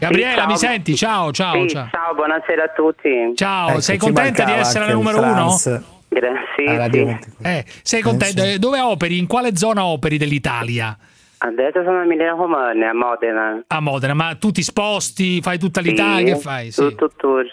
Gabriela, Sì, ciao. mi senti? Ciao, Oh, ciao, Sì, ciao. buonasera a tutti. Ciao, Ecco, sei Ecco, contenta di essere la numero uno? Gra- sì, sì. Eh, sei contenta? Eh, Dove operi? In quale zona operi dell'Italia? Adesso sono a Milano Comune, a Modena. A Modena, ma tu ti sposti, fai tutta l'Italia, che fai? Sì. Tutto tour.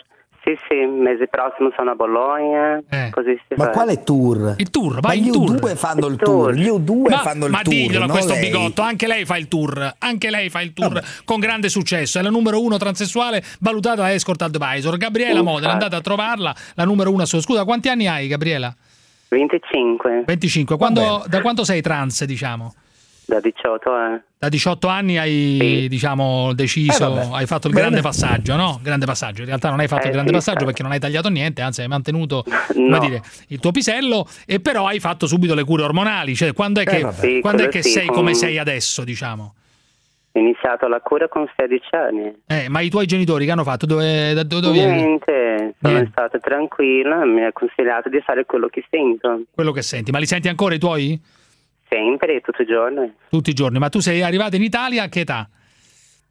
Sì, sì, mese prossimo sono a Bologna. Eh. Così si Ma fa. quale tour? Il tour, ma vai in gli tour. U2 fanno il tour, gli U2 Ma, fanno il ma tour. diglielo a no, questo lei? bigotto, anche lei fa il tour, anche lei fa il tour con grande successo. È la numero uno transessuale valutata da Escort Advisor. Uh, Gabriela Infatti. ah. Modena, andate a trovarla, la numero uno. su- Scusa, quanti anni hai, Gabriela? 25. 25. Quando- da quanto sei trans, diciamo? Da 18 eh. Da 18 anni hai diciamo, Eh, deciso, vabbè. hai fatto il Bene. grande passaggio, no? Grande passaggio. In realtà non hai fatto Eh, il grande sì, passaggio sai. perché non hai tagliato niente, anzi hai mantenuto No. come dire, il tuo pisello e però hai fatto subito le cure ormonali. Cioè, quando è Eh, che, vabbè. Sì, quando è quello che sì, sei con- come sei adesso, diciamo? Ho iniziato la cura con 16 anni. Eh, ma i tuoi genitori che hanno fatto? Dove, da dove dove Mm. vieni? Niente, sono Niente. stato tranquillo e mi ha consigliato di fare quello che sento. Quello che senti. Ma li senti ancora i tuoi? Sempre, tutto il giorno. Tutti i giorni. Ma tu sei arrivato in Italia a che età?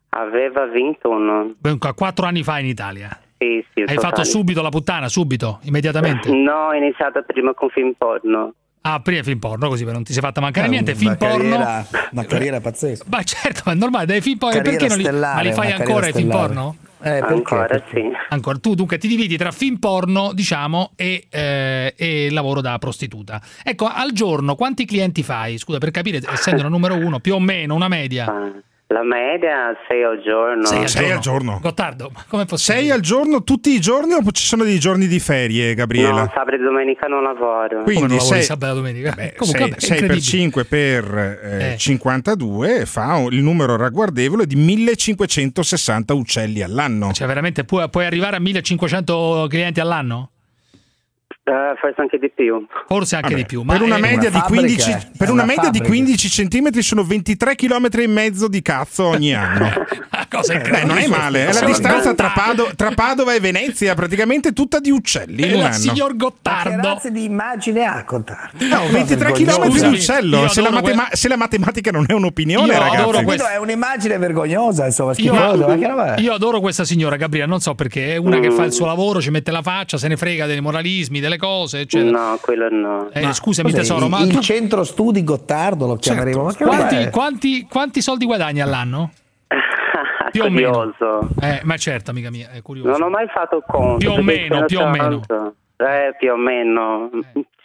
Aveva 21. Dunque, Quattro anni fa in Italia. Sì, sì, Hai fatto totale. subito la puttana, subito, immediatamente. No, ho iniziato prima con film porno. Ah, prima film porno, così per non ti sei fatta mancare Eh, niente. Film una porno. Eh, carriera- Una carriera pazzesca. Ma certo, ma è normale, dai film porno. Carriera Perché non li, ma stellare, li fai una ancora i film carriera porno? stellare. Eh, perché? Ancora Perché? sì. Ancora. Tu dunque ti dividi tra film porno, diciamo, e, eh, e lavoro da prostituta. Ecco, al giorno quanti clienti fai? Scusa, per capire, essendo la numero uno, più o meno, una media. cioè La media 6 al giorno. Sei al giorno. Gottardo, ma come possibile? Sei al giorno tutti i giorni o ci sono dei giorni di ferie, Gabriela? No, sabato e domenica non lavoro. Quindi sei- sabato e domenica? Eh, Comunque, vabbè, 6 Eh, per incredibile. 5 per eh, Eh. 52 fa un- il numero ragguardevole di 1560 uccelli all'anno. Cioè, veramente pu- puoi arrivare a 1500 clienti all'anno? Eh, forse anche di più. Forse anche di più. Ma per una è- eh. media, di 15, per una media di 15 centimetri sono 23 km e mezzo di cazzo ogni anno. cosa Beh, Eh, non è male, è la Sono distanza tra, lontani. Pado- tra Padova e Venezia, praticamente tutta di uccelli in un anno. Eh, Gottardo. Ma che razza di immagine ha Gottardo? No, 23 km di uccello. Se la, matema- se la matematica non è un'opinione, Io ragazzi. adoro questo. No, è un'immagine vergognosa, insomma, schifosa, ma che roba è? Io, io adoro questa signora Gabriela, non so perché, è una che fa il suo lavoro, ci mette la faccia, se ne frega dei moralismi, delle cose, eccetera. No, quello no. Eh, scusami Cos'è, tesoro, il- ma il tu Certo. centro studi Gottardo lo chiameremo. Ma che roba quanti, è? quanti- quanti soldi guadagni all'anno? Più o meno. Curioso. Eh, ma certo, amica mia, è curioso. Non ho mai fatto conto. Più o perché meno, sono più o meno. Eh. tanto. Eh, più o meno.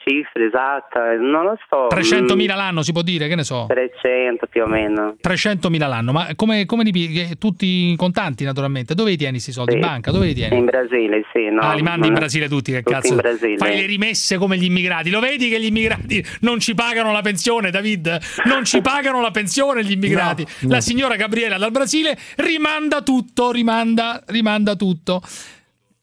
Cifre esatte, non lo so. 300.000 l'anno si può dire, che ne so. 300 più o meno. 300.000 l'anno, ma come, come li pi- eh, tutti in contanti naturalmente? Dove li tieni questi soldi? Sì. In banca? Dove li tieni? In Brasile, sì. No. Ah, li mandi in Mm. Brasile tutti, che Tutti cazzo. in Brasile. Fai le rimesse come gli immigrati. Lo vedi che gli immigrati non ci pagano la pensione, David? Non ci pagano la pensione gli immigrati. No, no. La signora Gabriela dal Brasile rimanda tutto, rimanda, rimanda tutto.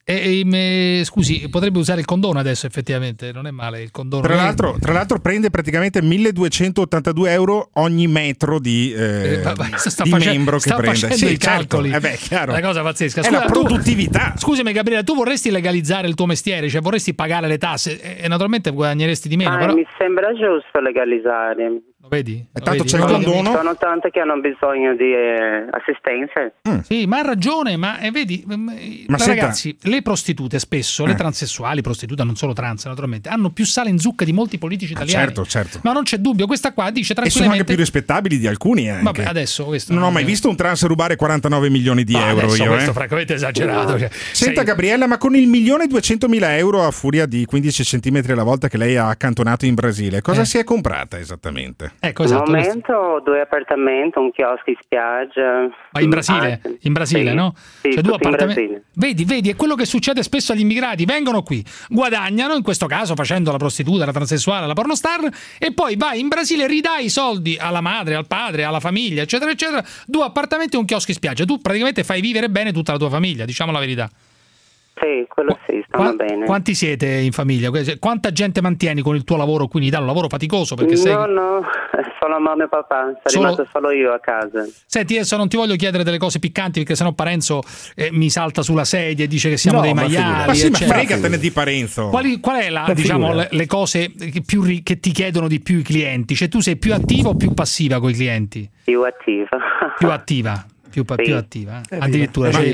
E, e, me- scusi, potrebbe usare il condono adesso effettivamente, non è male il condono. Tra l'altro, tra l'altro prende praticamente 1282 euro ogni metro di, eh, Eh, vabbè, sta di facendo- membro sta che prende. facendo i calcoli. Eh beh, chiaro. È una cosa pazzesca. È la tu- produttività. scusami Gabriele, tu vorresti legalizzare il tuo mestiere, cioè vorresti pagare le tasse e, e naturalmente guadagneresti di meno, Ah, però Mi sembra giusto legalizzare. lo vedi? Lo tanto vedi? c'è il Lo vedi? Ci sono tante che hanno bisogno di eh, assistenza. Mm. Sì, ma ha ragione, ma eh, vedi, mm, eh, Ma senta- ragazzi, le prostitute spesso, Eh. le transessuali, prostitute, non solo trans naturalmente, hanno più sale in zucca di molti politici italiani. certo, certo. Ma non c'è dubbio, questa qua dice E sono anche tranquillamente... più rispettabili di alcuni. eh, anche. Vabbè, adesso questo... non ho mai visto un trans rubare 49 milioni di No, euro. adesso io, questo eh. francamente è esagerato, cioè, Senta sei- Gabriella, ma con il milione e 200 mila euro a furia di 15 centimetri alla volta che lei ha accantonato in Brasile, cosa si è comprata esattamente? Eh. Ecco, Al esatto, momento ho due appartamenti, un chiosco in spiaggia. Ma in Brasile, Ah, sì. in Brasile, Sì. no? Sì, Cioè, due tutti in appartamen- Brasile. Vedi, vedi, è quello che succede spesso agli immigrati, vengono qui, guadagnano in questo caso facendo la prostituta, la transessuale, la pornostar e poi vai in Brasile e ridai i soldi alla madre, al padre, alla famiglia, eccetera eccetera, due appartamenti e un chiosco in spiaggia. Tu praticamente fai vivere bene tutta la tua famiglia, diciamo la verità. Sì, quello sì, stanno bene. Quanti siete in famiglia? Que- Quanta gente mantieni con il tuo lavoro qui in Italia? Un lavoro faticoso perché sei No, no, sono mamma e papà, sono Solo- rimasto solo io a casa. Senti, adesso non ti voglio chiedere delle cose piccanti perché sennò Parenzo eh, mi salta sulla sedia e dice che siamo No, dei ma maiali. figurati. Ma sì, ma eccetera. fregatene di Parenzo. Quali- qual è la, Ma diciamo, le, figurati. le cose che, più ri- che ti chiedono di più i clienti? Cioè, tu sei più attiva o più passiva con i clienti? Più attiva. Più attiva, più, pa- Sì. più attiva. eh? Addirittura, cioè,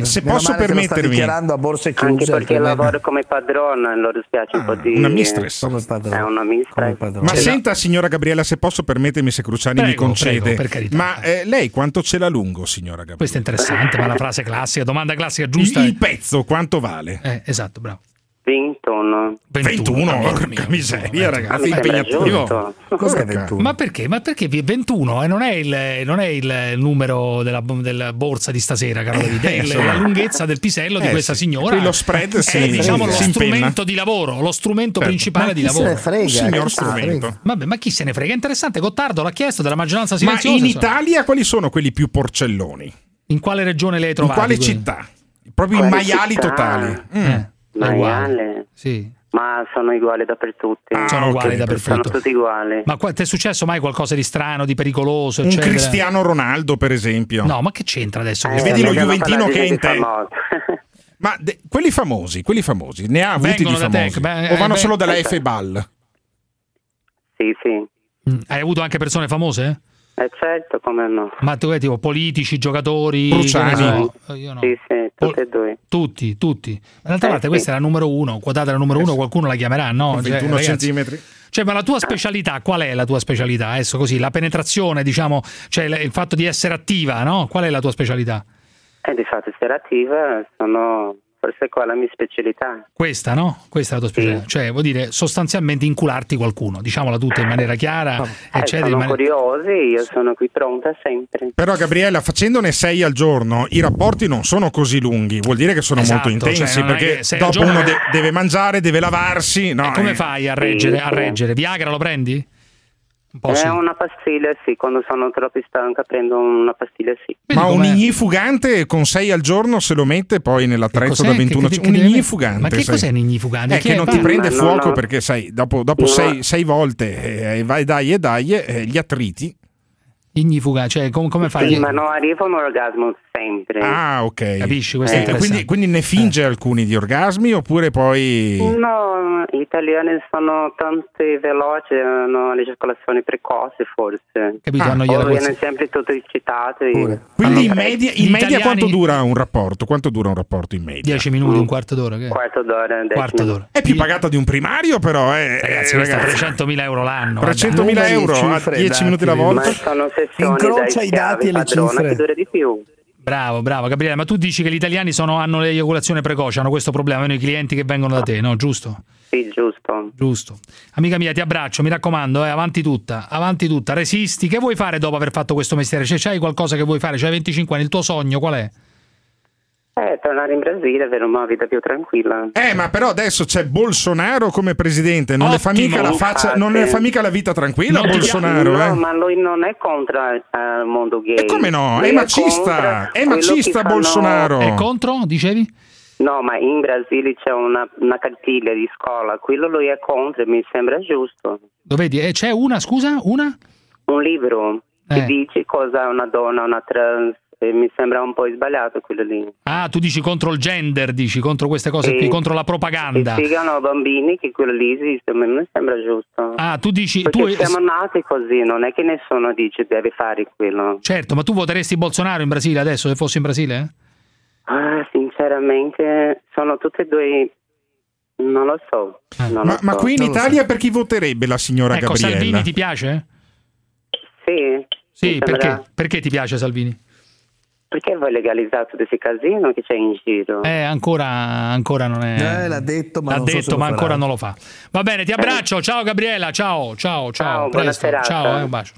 a borse Anche chiuse, perché altrimenti- lavoro come padrona, loro spiace un Ah, po' di... una mistress. Come padrona. È una mistress. Ma senta, signora Gabriella, se posso permettermi, se Cruciani mi Cioè, Prego, concede, prego, per carità. ma eh, lei quanto ce l'ha lungo, signora Gabriella? Questa è interessante, ma la frase classica, domanda classica giusta. Il pezzo quanto vale? Eh, esatto, bravo. 21. 21, porca miseria, ragazzi, impegnativo. Cos'è 21? Ma perché? Ma perché vi- 21 eh, non, è il, non è il numero della, della borsa di stasera, caro Davide, è il- Eh, insomma. la lunghezza del pisello di Eh, questa sì. signora. Qui lo spread è si- diciamo si lo impenna. strumento di lavoro, lo strumento Certo. principale Ma di chi se lavoro. ne frega, Un signor chi se ne strumento. frega. Vabbè, ma chi se ne frega? È interessante, Gottardo l'ha chiesto della maggioranza Ma silenziosa. in insomma. Italia quali sono quelli più porcelloni? In quale regione le hai trovate? quale quindi? città? Proprio i Quale maiali città? totali. Eh, è uguale. Maiale. Sì. Ah, Ma sono uguali dappertutto. Sono ok, uguali dappertutto. Sono tutti uguali. Ma qua- ti è successo mai qualcosa di strano, di pericoloso? Un eccetera? Cristiano Ronaldo, per esempio. No, ma che c'entra adesso? E Eh, vedi lo Juventino che è in te. testa. Ma de- quelli famosi, quelli famosi, ne ha avuti Vengono di da te, eh, famosi. beh, o vanno eh, solo beh. dalla F-Ball? Sì, sì. Mm. Hai avuto anche persone famose? Eh certo, come no. Ma tu che tipo politici, giocatori, che ne so, eh, Bruciani. Sì, sì, tutte e due. tutti, tutti. Ma D'altra Eh, parte sì. questa è la numero uno, quotata la numero uno, qualcuno la chiamerà, no? Con 21 eh, ragazzi, centimetri. Cioè, ma la Ah. tua specialità, qual è la tua specialità? Adesso così, la penetrazione, diciamo, cioè l- il fatto di essere attiva, no? Qual è la tua specialità? E Eh, di fatto essere attiva sono forse qua la mia specialità. Questa, no? Questa è la tua specialità. Cioè, vuol dire sostanzialmente incularti qualcuno, diciamola tutta in maniera chiara, Eh, eccetera. in sono mani- curiosi, io sono qui pronta sempre. Però Gabriella, facendone 6 al giorno, i rapporti non sono così lunghi, vuol dire che sono Esatto, molto intensi, cioè, non è perché che sei al dopo giorno- uno de- deve mangiare, deve lavarsi. No, E come eh. fai a reggere? A reggere? Viagra lo prendi? Un po' è sì. Eh, una pastiglia, sì, quando sono troppo stanca prendo una pastiglia, sì. Ma un ignifugante con 6 al giorno se lo mette poi nell'attrezzo cos'è? da Che- 21 che- Un che deve- ignifugante. Ma che sai. cos'è un ignifugante? È Chi che è? non ti Ma- prende no, fuoco no. perché sai, dopo 6 volte eh, vai dai e dai eh, gli attriti. Ignifuga, cioè com- come fai? Sì, ma non arrivo a un orgasmo sempre. Ah, ok. Capisci, questo è interessante. Eh. quindi, quindi ne finge alcuni di orgasmi oppure poi... No, gli italiani sono tanti veloci, hanno le circolazioni precoci forse. Ah, Capito, hanno gli o orgasmi. viene sempre tutto eccitato. Quindi in media, in Gli media italiani- quanto dura un rapporto? Quanto dura un rapporto in media? 10 minuti, un quarto d'ora. Che? Mm. Quarto d'ora. decimo. Quarto d'ora. È più pagata di un primario però, eh, Ragazzi, eh, questa ragazzi. 300.000 euro l'anno. vabbè. 300.000 euro a 10 minuti la volta. Ma sono sessioni Incrocia dai i dati e le schiavi, padrona, cifre. che dura di più. Bravo, bravo Gabriele, ma tu dici che gli italiani sono, hanno l'eiaculazione precoce, hanno questo problema, hanno i clienti che vengono da te, no? Giusto? Sì, giusto. Giusto. Amica mia, ti abbraccio, mi raccomando, eh, avanti tutta, avanti tutta, resisti. Che vuoi fare dopo aver fatto questo mestiere? Cioè, c'hai qualcosa che vuoi fare? C'hai 25 anni, il tuo sogno qual è? Eh, tornare in Brasile, avere una vita più tranquilla. Eh, ma però adesso c'è Bolsonaro come presidente, non, le fa, Ottimo. mica la faccia, non Infatti. le fa mica la vita tranquilla No, Bolsonaro. no, eh. ma lui non è contro eh, il mondo gay. E come no? È Lui macista, contro è quello macista che fanno- Bolsonaro. contro, dicevi? No, ma in Brasile c'è una, una cartiglia di scuola, quello lui è contro, e mi sembra giusto. Lo vedi? Eh, c'è una, scusa? Una? Un libro Eh. che dice cosa è una donna, una trans, e mi sembra un po' sbagliato quello lì. Ah, tu dici contro il gender, dici contro queste cose Sì. qui, contro la E propaganda. spiegano ai bambini che quello lì esiste, a me non mi sembra giusto. Ah, tu dici Perché tu siamo nati così, non è che nessuno dice devi fare quello. Certo, ma tu voteresti Bolsonaro in Brasile adesso se fossi in Brasile? eh? Ah, sinceramente, sono tutte e due. Non lo so. Eh. non Ma, lo ma so. qui in Italia per chi voterebbe la signora Ecco, Gabriella? Salvini ti piace? Sì. Sì, mi sembra- perché? Perché ti piace Salvini? Perché vuoi legalizzare tutto questo casino che c'è in giro? Eh, ancora, ancora non è. Eh, l'ha detto, ma L'ha non so detto, se lo ma farà. ancora non lo fa. Va bene, ti abbraccio. Ciao Gabriella, ciao, ciao, ciao. a buona presto. serata. Ciao, eh, un bacio.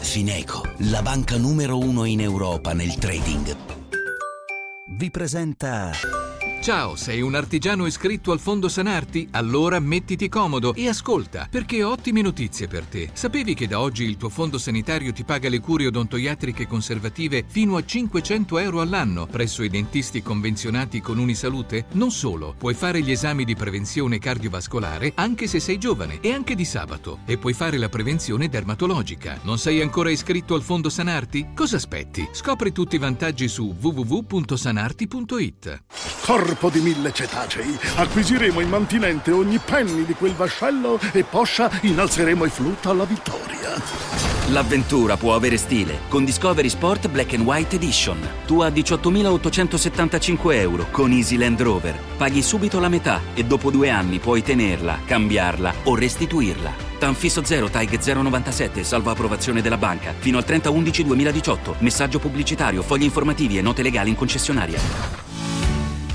Fineco, la banca numero uno in Europa nel trading. Vi presenta Ciao, sei un artigiano iscritto al Fondo Sanarti? Allora mettiti comodo e ascolta, perché ho ottime notizie per te. Sapevi che da oggi il tuo fondo sanitario ti paga le cure odontoiatriche conservative fino a 500 euro all'anno presso i dentisti convenzionati con Unisalute? Non solo, puoi fare gli esami di prevenzione cardiovascolare anche se sei giovane e anche di sabato e puoi fare la prevenzione dermatologica. Non sei ancora iscritto al Fondo Sanarti? Cosa aspetti? Scopri tutti i vantaggi su www.sanarti.it. Corpo di mille cetacei, acquisiremo in mantinente ogni penny di quel vascello e poscia innalzeremo i flutta alla vittoria. L'avventura può avere stile con Discovery Sport Black and White Edition. Tu a 18.875 euro con Easy Land Rover. Paghi subito la metà e dopo due anni puoi tenerla, cambiarla o restituirla. Tanfisso 0 TAG 097 salvo approvazione della banca fino al 30-11-2018. Messaggio pubblicitario, fogli informativi e note legali in concessionaria.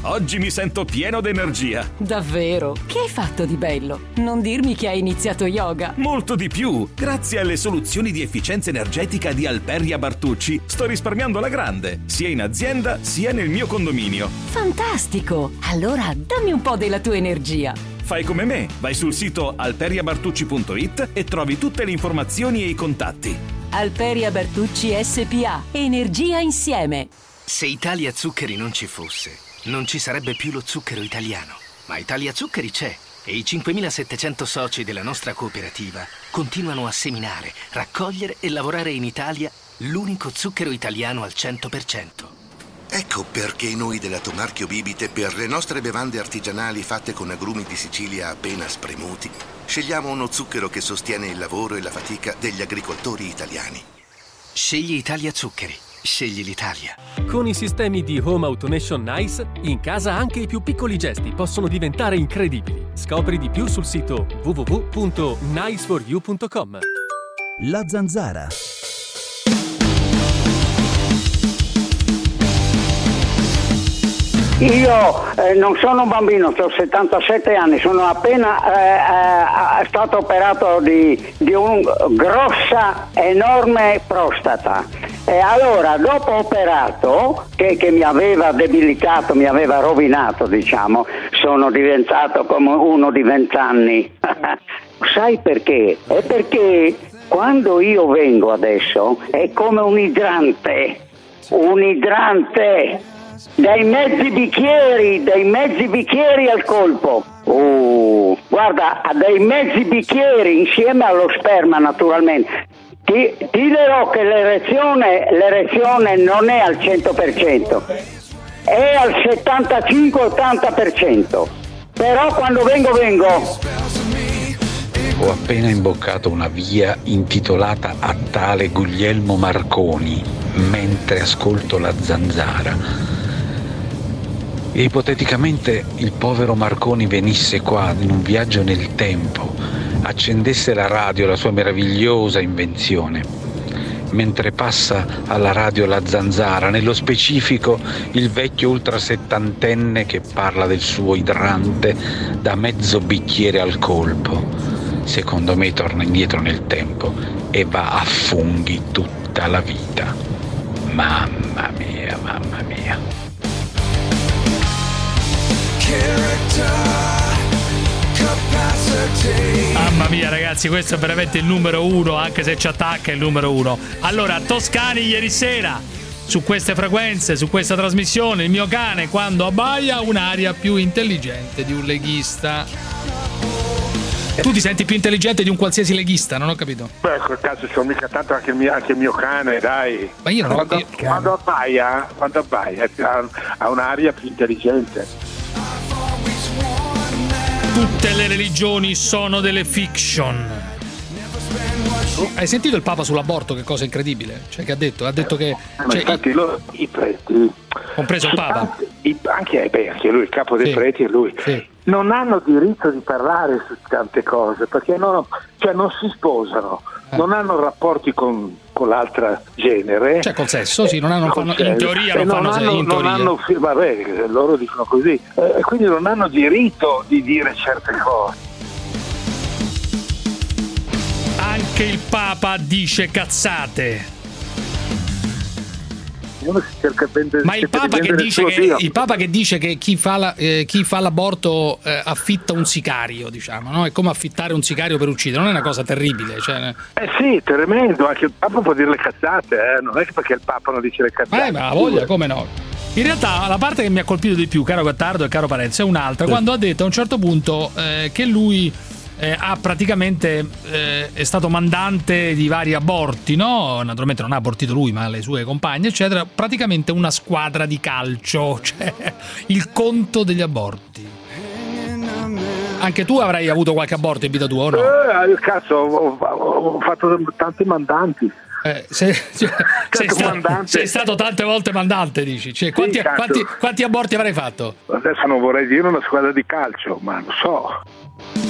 Oggi mi sento pieno d'energia. Davvero? Che hai fatto di bello? Non dirmi che hai iniziato yoga. Molto di più! Grazie alle soluzioni di efficienza energetica di Alperia Bartucci sto risparmiando alla grande, sia in azienda sia nel mio condominio. Fantastico! Allora dammi un po' della tua energia. Fai come me, vai sul sito alperiabartucci.it e trovi tutte le informazioni e i contatti. Alperia Bertucci SPA. Energia insieme. Se Italia Zuccheri non ci fosse, non ci sarebbe più lo zucchero italiano. Ma Italia Zuccheri c'è e i 5.700 soci della nostra cooperativa continuano a seminare, raccogliere e lavorare in Italia l'unico zucchero italiano al 100%. Ecco perché noi della Tomarchio Bibite per le nostre bevande artigianali fatte con agrumi di Sicilia appena spremuti scegliamo uno zucchero che sostiene il lavoro e la fatica degli agricoltori italiani. Scegli Italia Zuccheri. Scegli l'Italia. Con i sistemi di Home Automation Nice, in casa anche i più piccoli gesti possono diventare incredibili. Scopri di più sul sito www.niceforyou.com. La zanzara. Io eh, non sono un bambino, ho 77 anni, sono appena eh, eh, stato operato di, di una grossa, enorme prostata. E allora, dopo operato, che, che mi aveva debilitato, mi aveva rovinato, diciamo, sono diventato come uno di vent'anni. Sai perché? È perché quando io vengo adesso è come un idrante, un idrante dai mezzi bicchieri, dai mezzi bicchieri al colpo. Oh, guarda, a dei mezzi bicchieri insieme allo sperma naturalmente. Ti, ti dirò che l'erezione, l'erezione non è al 100%, è al 75-80%. Però quando vengo, vengo. Ho appena imboccato una via intitolata a tale Guglielmo Marconi mentre ascolto la zanzara. E ipoteticamente il povero Marconi venisse qua in un viaggio nel tempo, accendesse la radio, la sua meravigliosa invenzione, mentre passa alla radio la zanzara, nello specifico il vecchio ultrasettantenne che parla del suo idrante da mezzo bicchiere al colpo secondo me torna indietro nel tempo e va a funghi tutta la vita. Mamma mia, mamma mia. Mamma mia ragazzi, questo è veramente il numero uno, anche se ci attacca è il numero uno. Allora, Toscani ieri sera, su queste frequenze, su questa trasmissione, il mio cane quando abbaia un'aria più intelligente di un leghista. Tu ti senti più intelligente di un qualsiasi leghista, non ho capito. Beh, quel caso sono mica tanto anche il mio, anche il mio cane, dai. Ma io non ho quando, capito. Quando abbaia, quando abbaia eh, ha, ha un'aria più intelligente. Tutte le religioni sono delle fiction. Hai sentito il Papa sull'aborto? Che cosa incredibile? Cioè, che ha detto? Ha detto che. Ma cioè, infatti loro, i preti, compreso il Papa. i- anche, eh, beh, anche lui, il capo dei Sì. preti è lui, non hanno diritto di parlare su tante cose perché non, cioè, non si sposano, Eh. non hanno rapporti con, con l'altra genere. Cioè, col sesso, sì, non hanno- Col fanno- in sesso. teoria E non fanno se- hanno, in Eh, non teoria. hanno fi- vabbè, loro dicono così, eh, quindi non hanno diritto di dire certe cose. Anche il Papa dice cazzate. Uno si cerca ben de- Ma il cerca di Papa, che vendere il dice suo che, Dio. il Papa che dice che chi fa, la- eh, chi fa l'aborto eh, affitta un sicario, diciamo, no? È come affittare un sicario per uccidere, non è una cosa terribile. Cioè, Eh sì, tremendo, anche il Papa può dire le cazzate, eh, non è che perché il Papa non dice le cazzate. eh, ma ha voglia, come no? In realtà la parte che mi ha colpito di più, caro Gattardo e caro Parenzo, è un'altra, quando ha detto a un certo punto eh, che lui eh, ha praticamente eh, è stato mandante di vari aborti, no? Naturalmente non ha abortito lui, ma le sue compagne, eccetera, praticamente una squadra di calcio, cioè il conto degli aborti. Anche tu avrai avuto qualche aborto in vita tua o no? Eh, cazzo, ho, ho- ho fatto tanti mandanti. Eh, se- cioè, sei, sta- sei stato tante volte mandante, dici. Cioè, quanti, cazzo. quanti- quanti aborti avrai fatto? Adesso non vorrei dire una squadra di calcio, ma lo so.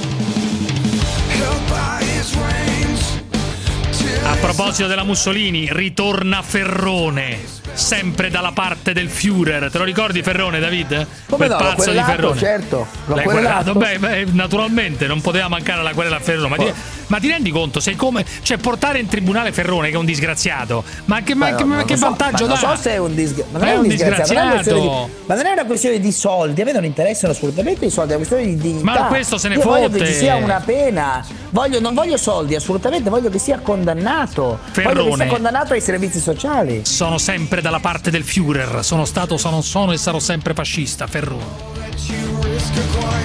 A proposito della Mussolini, ritorna Ferrone, sempre dalla parte del Führer. Te lo ricordi Ferrone, David? Come Quel no, la pazzo di querelato, Ferrone. certo, la L'hai querelato. querelato? Beh, beh, naturalmente, non poteva mancare la querela a Ferrone. Ma ti, ma ti rendi conto? Sei come, cioè, portare in tribunale Ferrone, che è un disgraziato, ma che, ma Ma no, che- ma non che lo so, vantaggio ma dà? Non so se è un, disgra- ma non È è un un disgraziato, ma non è una disgraziato. questione di- ma non è una questione di soldi, a me non interessano assolutamente i soldi, è una questione di dignità. Ma questo se ne Io voglio fotte. che ci sia una pena. Voglio- non voglio soldi, assolutamente, voglio che sia condannato. Voglio che Ferrone. sia condannato ai servizi sociali. Sono sempre dalla parte del Führer. Sono stato, sono, sono e sarò sempre fascista, Ferrone.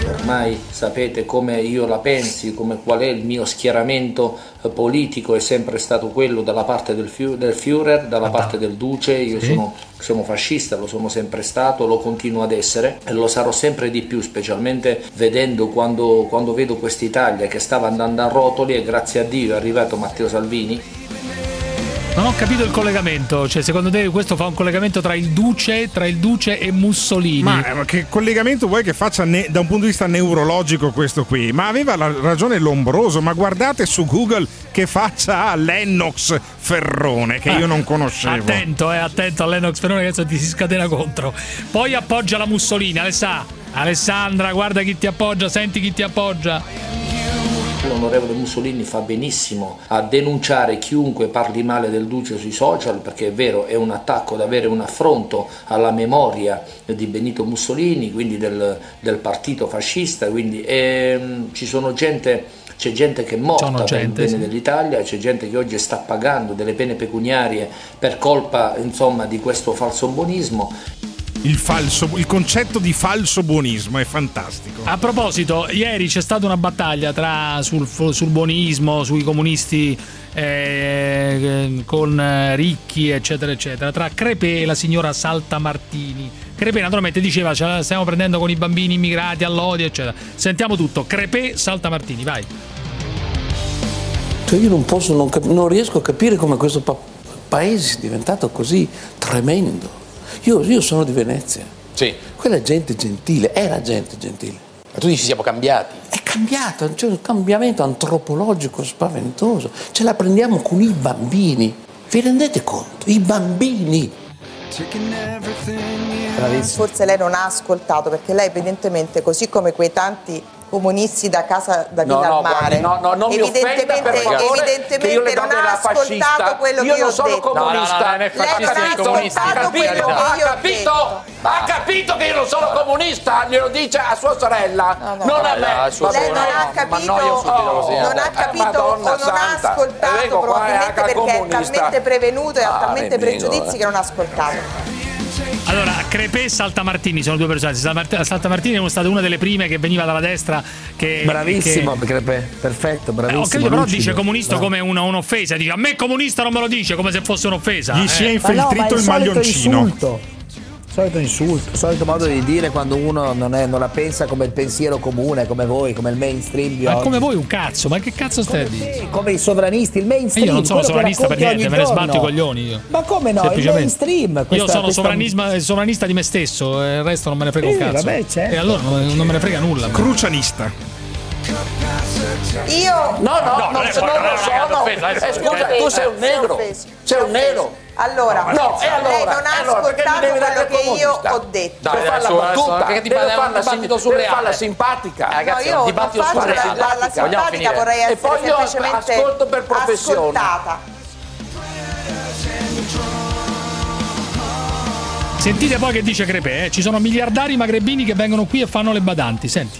Ormai sapete come io la pensi, come qual è il mio schieramento eh, politico, è sempre stato quello dalla parte del, Fiu- del Führer, Ah, dalla parte del Duce, io Sì. sono, sono fascista, lo sono sempre stato, lo continuo ad essere e lo sarò sempre di più, specialmente vedendo quando, quando vedo quest'Italia che stava andando a rotoli e grazie a Dio è arrivato Matteo Salvini Non ho capito il collegamento, cioè secondo te questo fa un collegamento tra il Duce, tra il Duce e Mussolini? Ma eh, ma che collegamento vuoi che faccia ne- da un punto di vista neurologico questo qui? Ma aveva la ragione Lombroso, ma guardate su Google che faccia ha Lennox Ferrone, Ah, che io non conoscevo. Attento, eh, attento a Lennox Ferrone che adesso ti si scatena contro. Poi appoggia la Mussolini, Alessà. Alessandra, guarda chi ti appoggia, senti chi ti appoggia. L'onorevole Mussolini fa benissimo a denunciare chiunque parli male del Duce sui social, perché è vero, è un attacco ad avere un affronto alla memoria di Benito Mussolini, quindi del, del partito fascista, quindi ehm, ci sono gente. C'è gente che è Sono morta gente, per il sì. bene dell'Italia, c'è gente che oggi sta pagando delle pene pecuniarie per colpa insomma, di questo falso buonismo. Il, falso, il concetto di falso buonismo è fantastico. A proposito, ieri c'è stata una battaglia tra sul, sul buonismo, sui comunisti eh, con eh, Ricchi, eccetera, eccetera, tra Crepe e la signora Saltamartini. Crepe naturalmente diceva ce la stiamo prendendo con i bambini immigrati all'odio, eccetera. Sentiamo tutto, Crepe, Saltamartini, vai. Cioè io non posso, non, cap- non riesco a capire come questo pa- paese sia diventato così tremendo. Io, io sono di Venezia. Quella gente gentile, era gente gentile. Ma tu dici siamo cambiati? È cambiato, c'è un cambiamento antropologico spaventoso. Ce la prendiamo con i bambini. Vi rendete conto? I bambini. Eh, Forse lei non ha ascoltato perché lei evidentemente, così come quei tanti comunisti da casa da No, Villa no, al Mare, guardi, no, no, non mi evidentemente, offenda, per favore, evidentemente che io le do non ha della ascoltato fascista. quello Io che io non ho sono detto. comunista. No, no, no, non è fascista, lei non ha è comunista. ascoltato Capito? quello che io Ha ho capito? detto. Ha capito che io non sono comunista, glielo dice a sua sorella, non a Vabbè, me. a suo Lei non No, ha ma capito, no, io subito così, eh. non ha capito Madonna o non ha santa. E ascoltato vengo qua, probabilmente è perché è comunista. Ah, talmente prevenuto e ha talmente nemmeno, pregiudizi eh. che non ha ascoltato. Allora, Crepe e Saltamartini sono due personaggi. Saltamart- Saltamartini è stata una delle prime che veniva dalla destra. Che, Bravissimo, che- Crepe, perfetto, Eh, bravissimo. ho capito, però lucido. dice comunista Bravo. come una- un'offesa. Dice a me comunista non me lo dice come se fosse un'offesa. Gli eh. si è Ma no, ma è solito Insulto. Solito insulto, solito modo di dire quando uno non, è- non la pensa come il pensiero comune, come voi, come il mainstream di Ma oggi. come voi un cazzo, ma che cazzo stai a dire? Eh, Come i sovranisti, il mainstream. Io non sono quello che sovranista per racconti niente, me ogni ne sbatto i giorno. coglioni. Io. Ma come no? Il Semplicemente. mainstream. io questa- sono questa- sovranisma- eh, sovranista di me stesso, eh, il resto non me ne frega un Eh, cazzo. vabbè, certo. E allora non, non me ne frega nulla. Crucianista. Io no, no, non, non è una- non è una sono- non lo sono. grande offesa, adesso Eh, non scusa, è tu sei un offesa, negro. sei offesa, Sei un nero. Allora, No, e lei allora? non ha E allora, perché mi ascoltato devi dare quello il che io comunista? ho detto. Dai, dai, su, adesso, perché ti fai un dibattito sulle deve farla armi. simpatica. Ragazzi, io non faccio la, la, la simpatica, vorrei e poi essere io semplicemente ascolto per professione. ascoltata. Sentite poi che dice Crepe, eh. ci sono miliardari magrebini che vengono qui e fanno le badanti. Senti.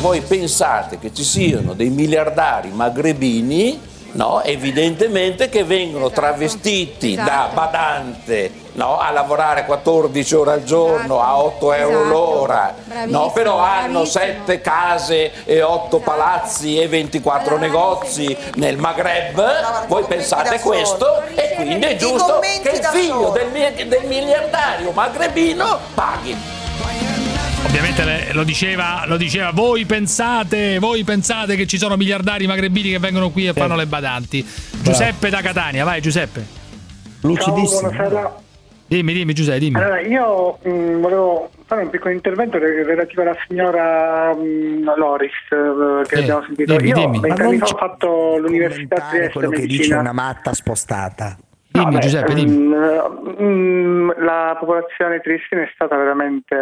Voi pensate che ci siano dei miliardari magrebini, no? Evidentemente che vengono Esatto. travestiti da badante, no? A lavorare 14 ore al giorno, a 8 euro Esatto. l'ora, Bravissimo, no? Però hanno bravissimo. Esatto. 7 case e 8 palazzi e 24 negozi nel Maghreb. Eh, Voi pensate questo e quindi è giusto commenti che il da figlio solo. del, mi- del miliardario magrebino paghi. Ovviamente le- lo diceva, lo diceva, voi pensate, voi pensate che ci sono miliardari magrebini che vengono qui e fanno le badanti. Giuseppe da Catania, vai Giuseppe. Ciao, buonasera. Dimmi, dimmi Giuseppe, dimmi. Allora, io mh, volevo fare un piccolo intervento re- relativo alla signora mh, Loris eh, che Eh, abbiamo sentito. dimmi, io dimmi. Ma vent'anni non fa ci- ho fatto l'università a Trieste Quello che dice medicina. una matta spostata. No, beh, mm, mh, mh, mm, la popolazione triestina è stata veramente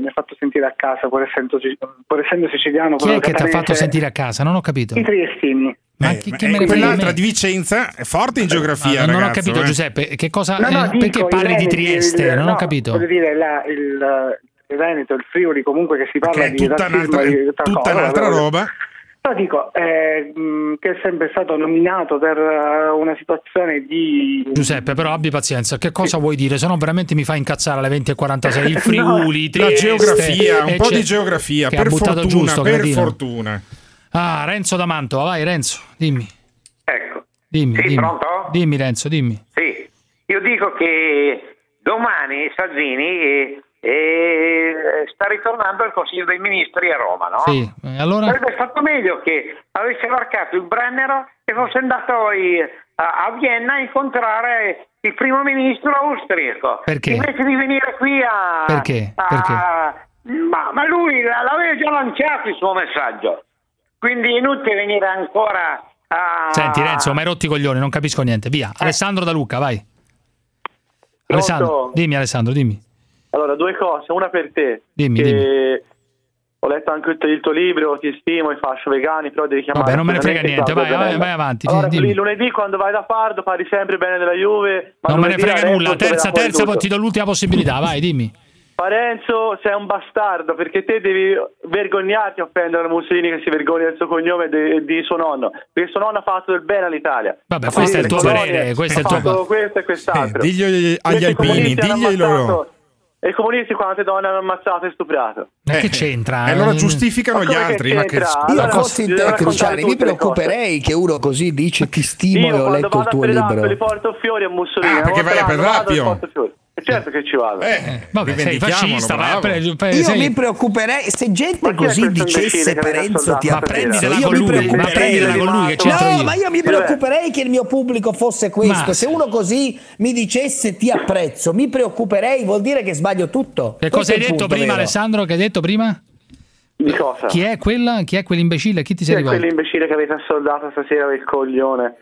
mi ha fatto sentire a casa pur essendo, sic- pur essendo siciliano Chi pur è che ti ha catanese. fatto sentire a casa? Non ho capito. i triestini Ma Eh, chi, ma- chi eh, me ne frega a quell'altra me? di Vicenza è forte in geografia, Ah, non ho ragazzo, capito eh. Giuseppe, che cosa No, no, eh, dico, perché i parli di Veneti, Trieste? il- non ho no, capito. Voglio dire, la- il, il Veneto, il Friuli, comunque che si parla Che è di tutta razzismo un'altra, e di tutta cosa, un'altra però- roba. Però dico eh, mh, che è sempre stato nominato per eh, una situazione di... Giuseppe, però abbi pazienza, che cosa vuoi dire? Se no veramente mi fa incazzare alle 20.46 il Friuli, la Trieste, geografia, un po' ecce- di geografia, che ha per buttato fortuna, giusto, per cretino. fortuna. Ah, Renzo da Mantova, vai Renzo, dimmi. Ecco. Dimmi, Sì, dimmi. pronto? Dimmi Renzo, dimmi. Sì, io dico che domani Salvini eh, eh, sta ritornando al Consiglio dei Ministri a Roma, no? Sì, eh, allora Sarebbe stato meglio che avesse varcato il Brennero e fosse andato i- a, a Vienna a incontrare il primo ministro austriaco. Perché? Invece di venire qui a... Perché? a- Perché? ma, ma lui la- l'aveva già lanciato il suo messaggio. Quindi è inutile venire ancora a... Senti Renzo, ma hai rotto i coglioni, non capisco niente. Via, Alessandro da Luca, vai. Alessandro, dimmi Alessandro, dimmi. Allora, due cose, una per te. Dimmi, che dimmi. Ho letto anche il tuo- il tuo libro, ti stimo, i fascio vegani, però devi chiamare. Vabbè, non me ne frega niente, vai, vai, vai avanti. Allora, dimmi. lui lunedì quando vai da Pardo parli sempre bene della Juve. Ma non me ne lunedì a frega Renzo nulla, te ne terza, raccogli terza, tutto. poi ti do l'ultima possibilità, vai, dimmi. Parenzo, sei un bastardo perché te devi vergognarti a offendere Mussolini che si vergogna del suo cognome e de- e di suo nonno. Perché suo nonno ha fatto del bene all'Italia. Vabbè, Ha questo fatto è il tuo le colonie, parere, questo è il ha tuo fatto par- Questo e quest'altro. Eh, digli agli- agli Invece i alpini, comunisti hanno digli loro. ammazzato- E i comunisti quante donne hanno ammazzato e stuprato? Ma che c'entra? Eh. E eh, allora Eh, giustificano gli altri, ma che Io a costi tecnici, Ari, mi preoccuperei che uno così dice ti stimo e ho letto il tuo libro. Li porto fiori a Ah, Mussolini. perché vai a Vado, vado, Predappio? li porto fiori. E Eh. certo che ci vado. vabbè, sei fascista, vai a pre- pre- Io sei- mi preoccuperei se gente chi è così questo dicesse imbecille che viene Parenzo ti assoldato ha per preso, dire? io Ma mi prendila con lui, ma prendila preoccuperei. con lui che c'entro No, io. ma io mi Vabbè. preoccuperei che il mio pubblico fosse questo. Ma- Se uno così mi dicesse ti apprezzo, mi preoccuperei, vuol dire che sbaglio tutto. Che Questo cosa è hai il detto punto, prima, vero? Alessandro? Che hai detto prima? Di cosa? Chi è quella? Chi è quell'imbecille? A Chi ti Chi sei è rivolto? quell'imbecille che avete assoldato stasera il coglione?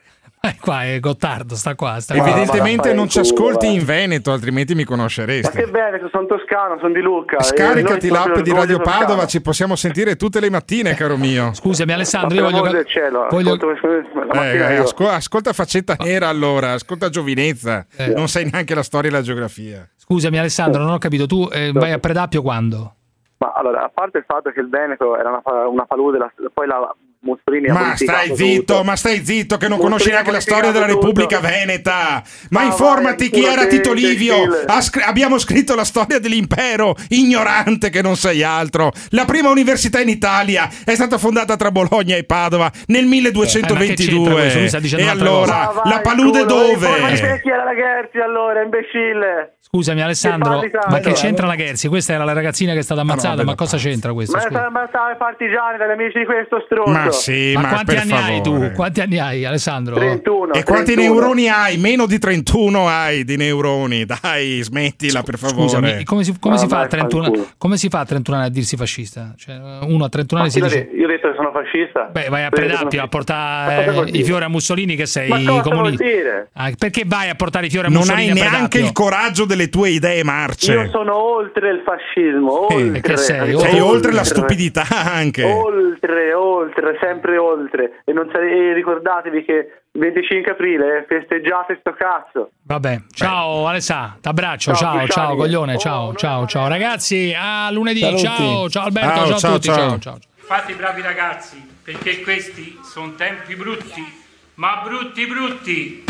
Eh, qua è Gottardo, sta qua. Sta qua. Evidentemente non ci eh. ascolti guarda. in Veneto, altrimenti mi conosceresti. Che bene, sono toscano, sono di Lucca. Scaricati E noi l'app proprio di orgoglio Radio toscano. Padova, ci possiamo sentire tutte le mattine, caro mio. Scusami Alessandro, io Ma per voglio... l'amor del cielo, ascolto Eh, la mattina io. asco- ascolta Faccetta Nera allora, ascolta Giovinezza, Eh. non sai neanche la storia e la geografia. Scusami Alessandro, non ho capito. Tu eh, vai a Predappio quando? Ma allora, a parte il fatto che il Veneto era una, fa- una palude, la- poi la Mussolini ha Ma modificato stai tutto. zitto, ma stai zitto che non Molto conosci neanche la storia della Repubblica Veneta. Ma Ah, informati vai, chi era scusa, Tito te- Livio. Gentile. Ha scr- abbiamo scritto la storia dell'impero, ignorante che non sei altro. La prima università in Italia è stata fondata tra Bologna e Padova nel Eh, ma che c'entra 1222. questo? Lui sta dicendo e un'altra allora, cosa. Ma Ah, vai, la palude scusa, Eh. Informati dove? te chi era la Gherzi allora, imbecille? Scusami Alessandro, Che parli ma che tanto? c'entra la Gherzi? Questa era la ragazzina che è Ah, stata ammazzata, ma cosa c'entra questo? Ma Scusa. sono ammazzati i partigiani dagli amici di questo stronzo. ma, quanti anni hai tu? Quanti anni hai Alessandro? 31. E quanti 31. neuroni hai? Meno di 31 hai di neuroni. Dai, smettila per favore. Scusami, come si, come Ah, si fa a vai, 31 fanculo. come si fa a 31 anni a dirsi fascista? Cioè, uno a 31 Ma anni si chi l'ha dice detto? Io ho detto che sono fascista. Beh, vai a Ho detto che sono Predappio a fascista. portare Ma cosa eh, vuol i dire? fiori a Mussolini che sei Ma cosa vuol comunista. dire? Ah, perché vai a portare i fiori a Non hai Mussolini a neanche Predappio? il coraggio delle tue idee, Marce. Io sono oltre il fascismo, Eh, oltre. che sei? Sei oltre la stupidità anche. Oltre, oltre, sempre oltre. E, non sare- e ricordatevi che 25 aprile eh, festeggiate sto cazzo. Vabbè, ciao Alessà, t'abbraccio, Ciao, ciao, ciao, Cruciani. coglione, ciao, ciao, ciao ragazzi, a lunedì, Saluti. ciao, ciao Alberto, Ciao, ciao, ciao, a tutti, ciao. ciao, ciao. Fate i bravi ragazzi, perché questi sono tempi brutti, ma brutti brutti.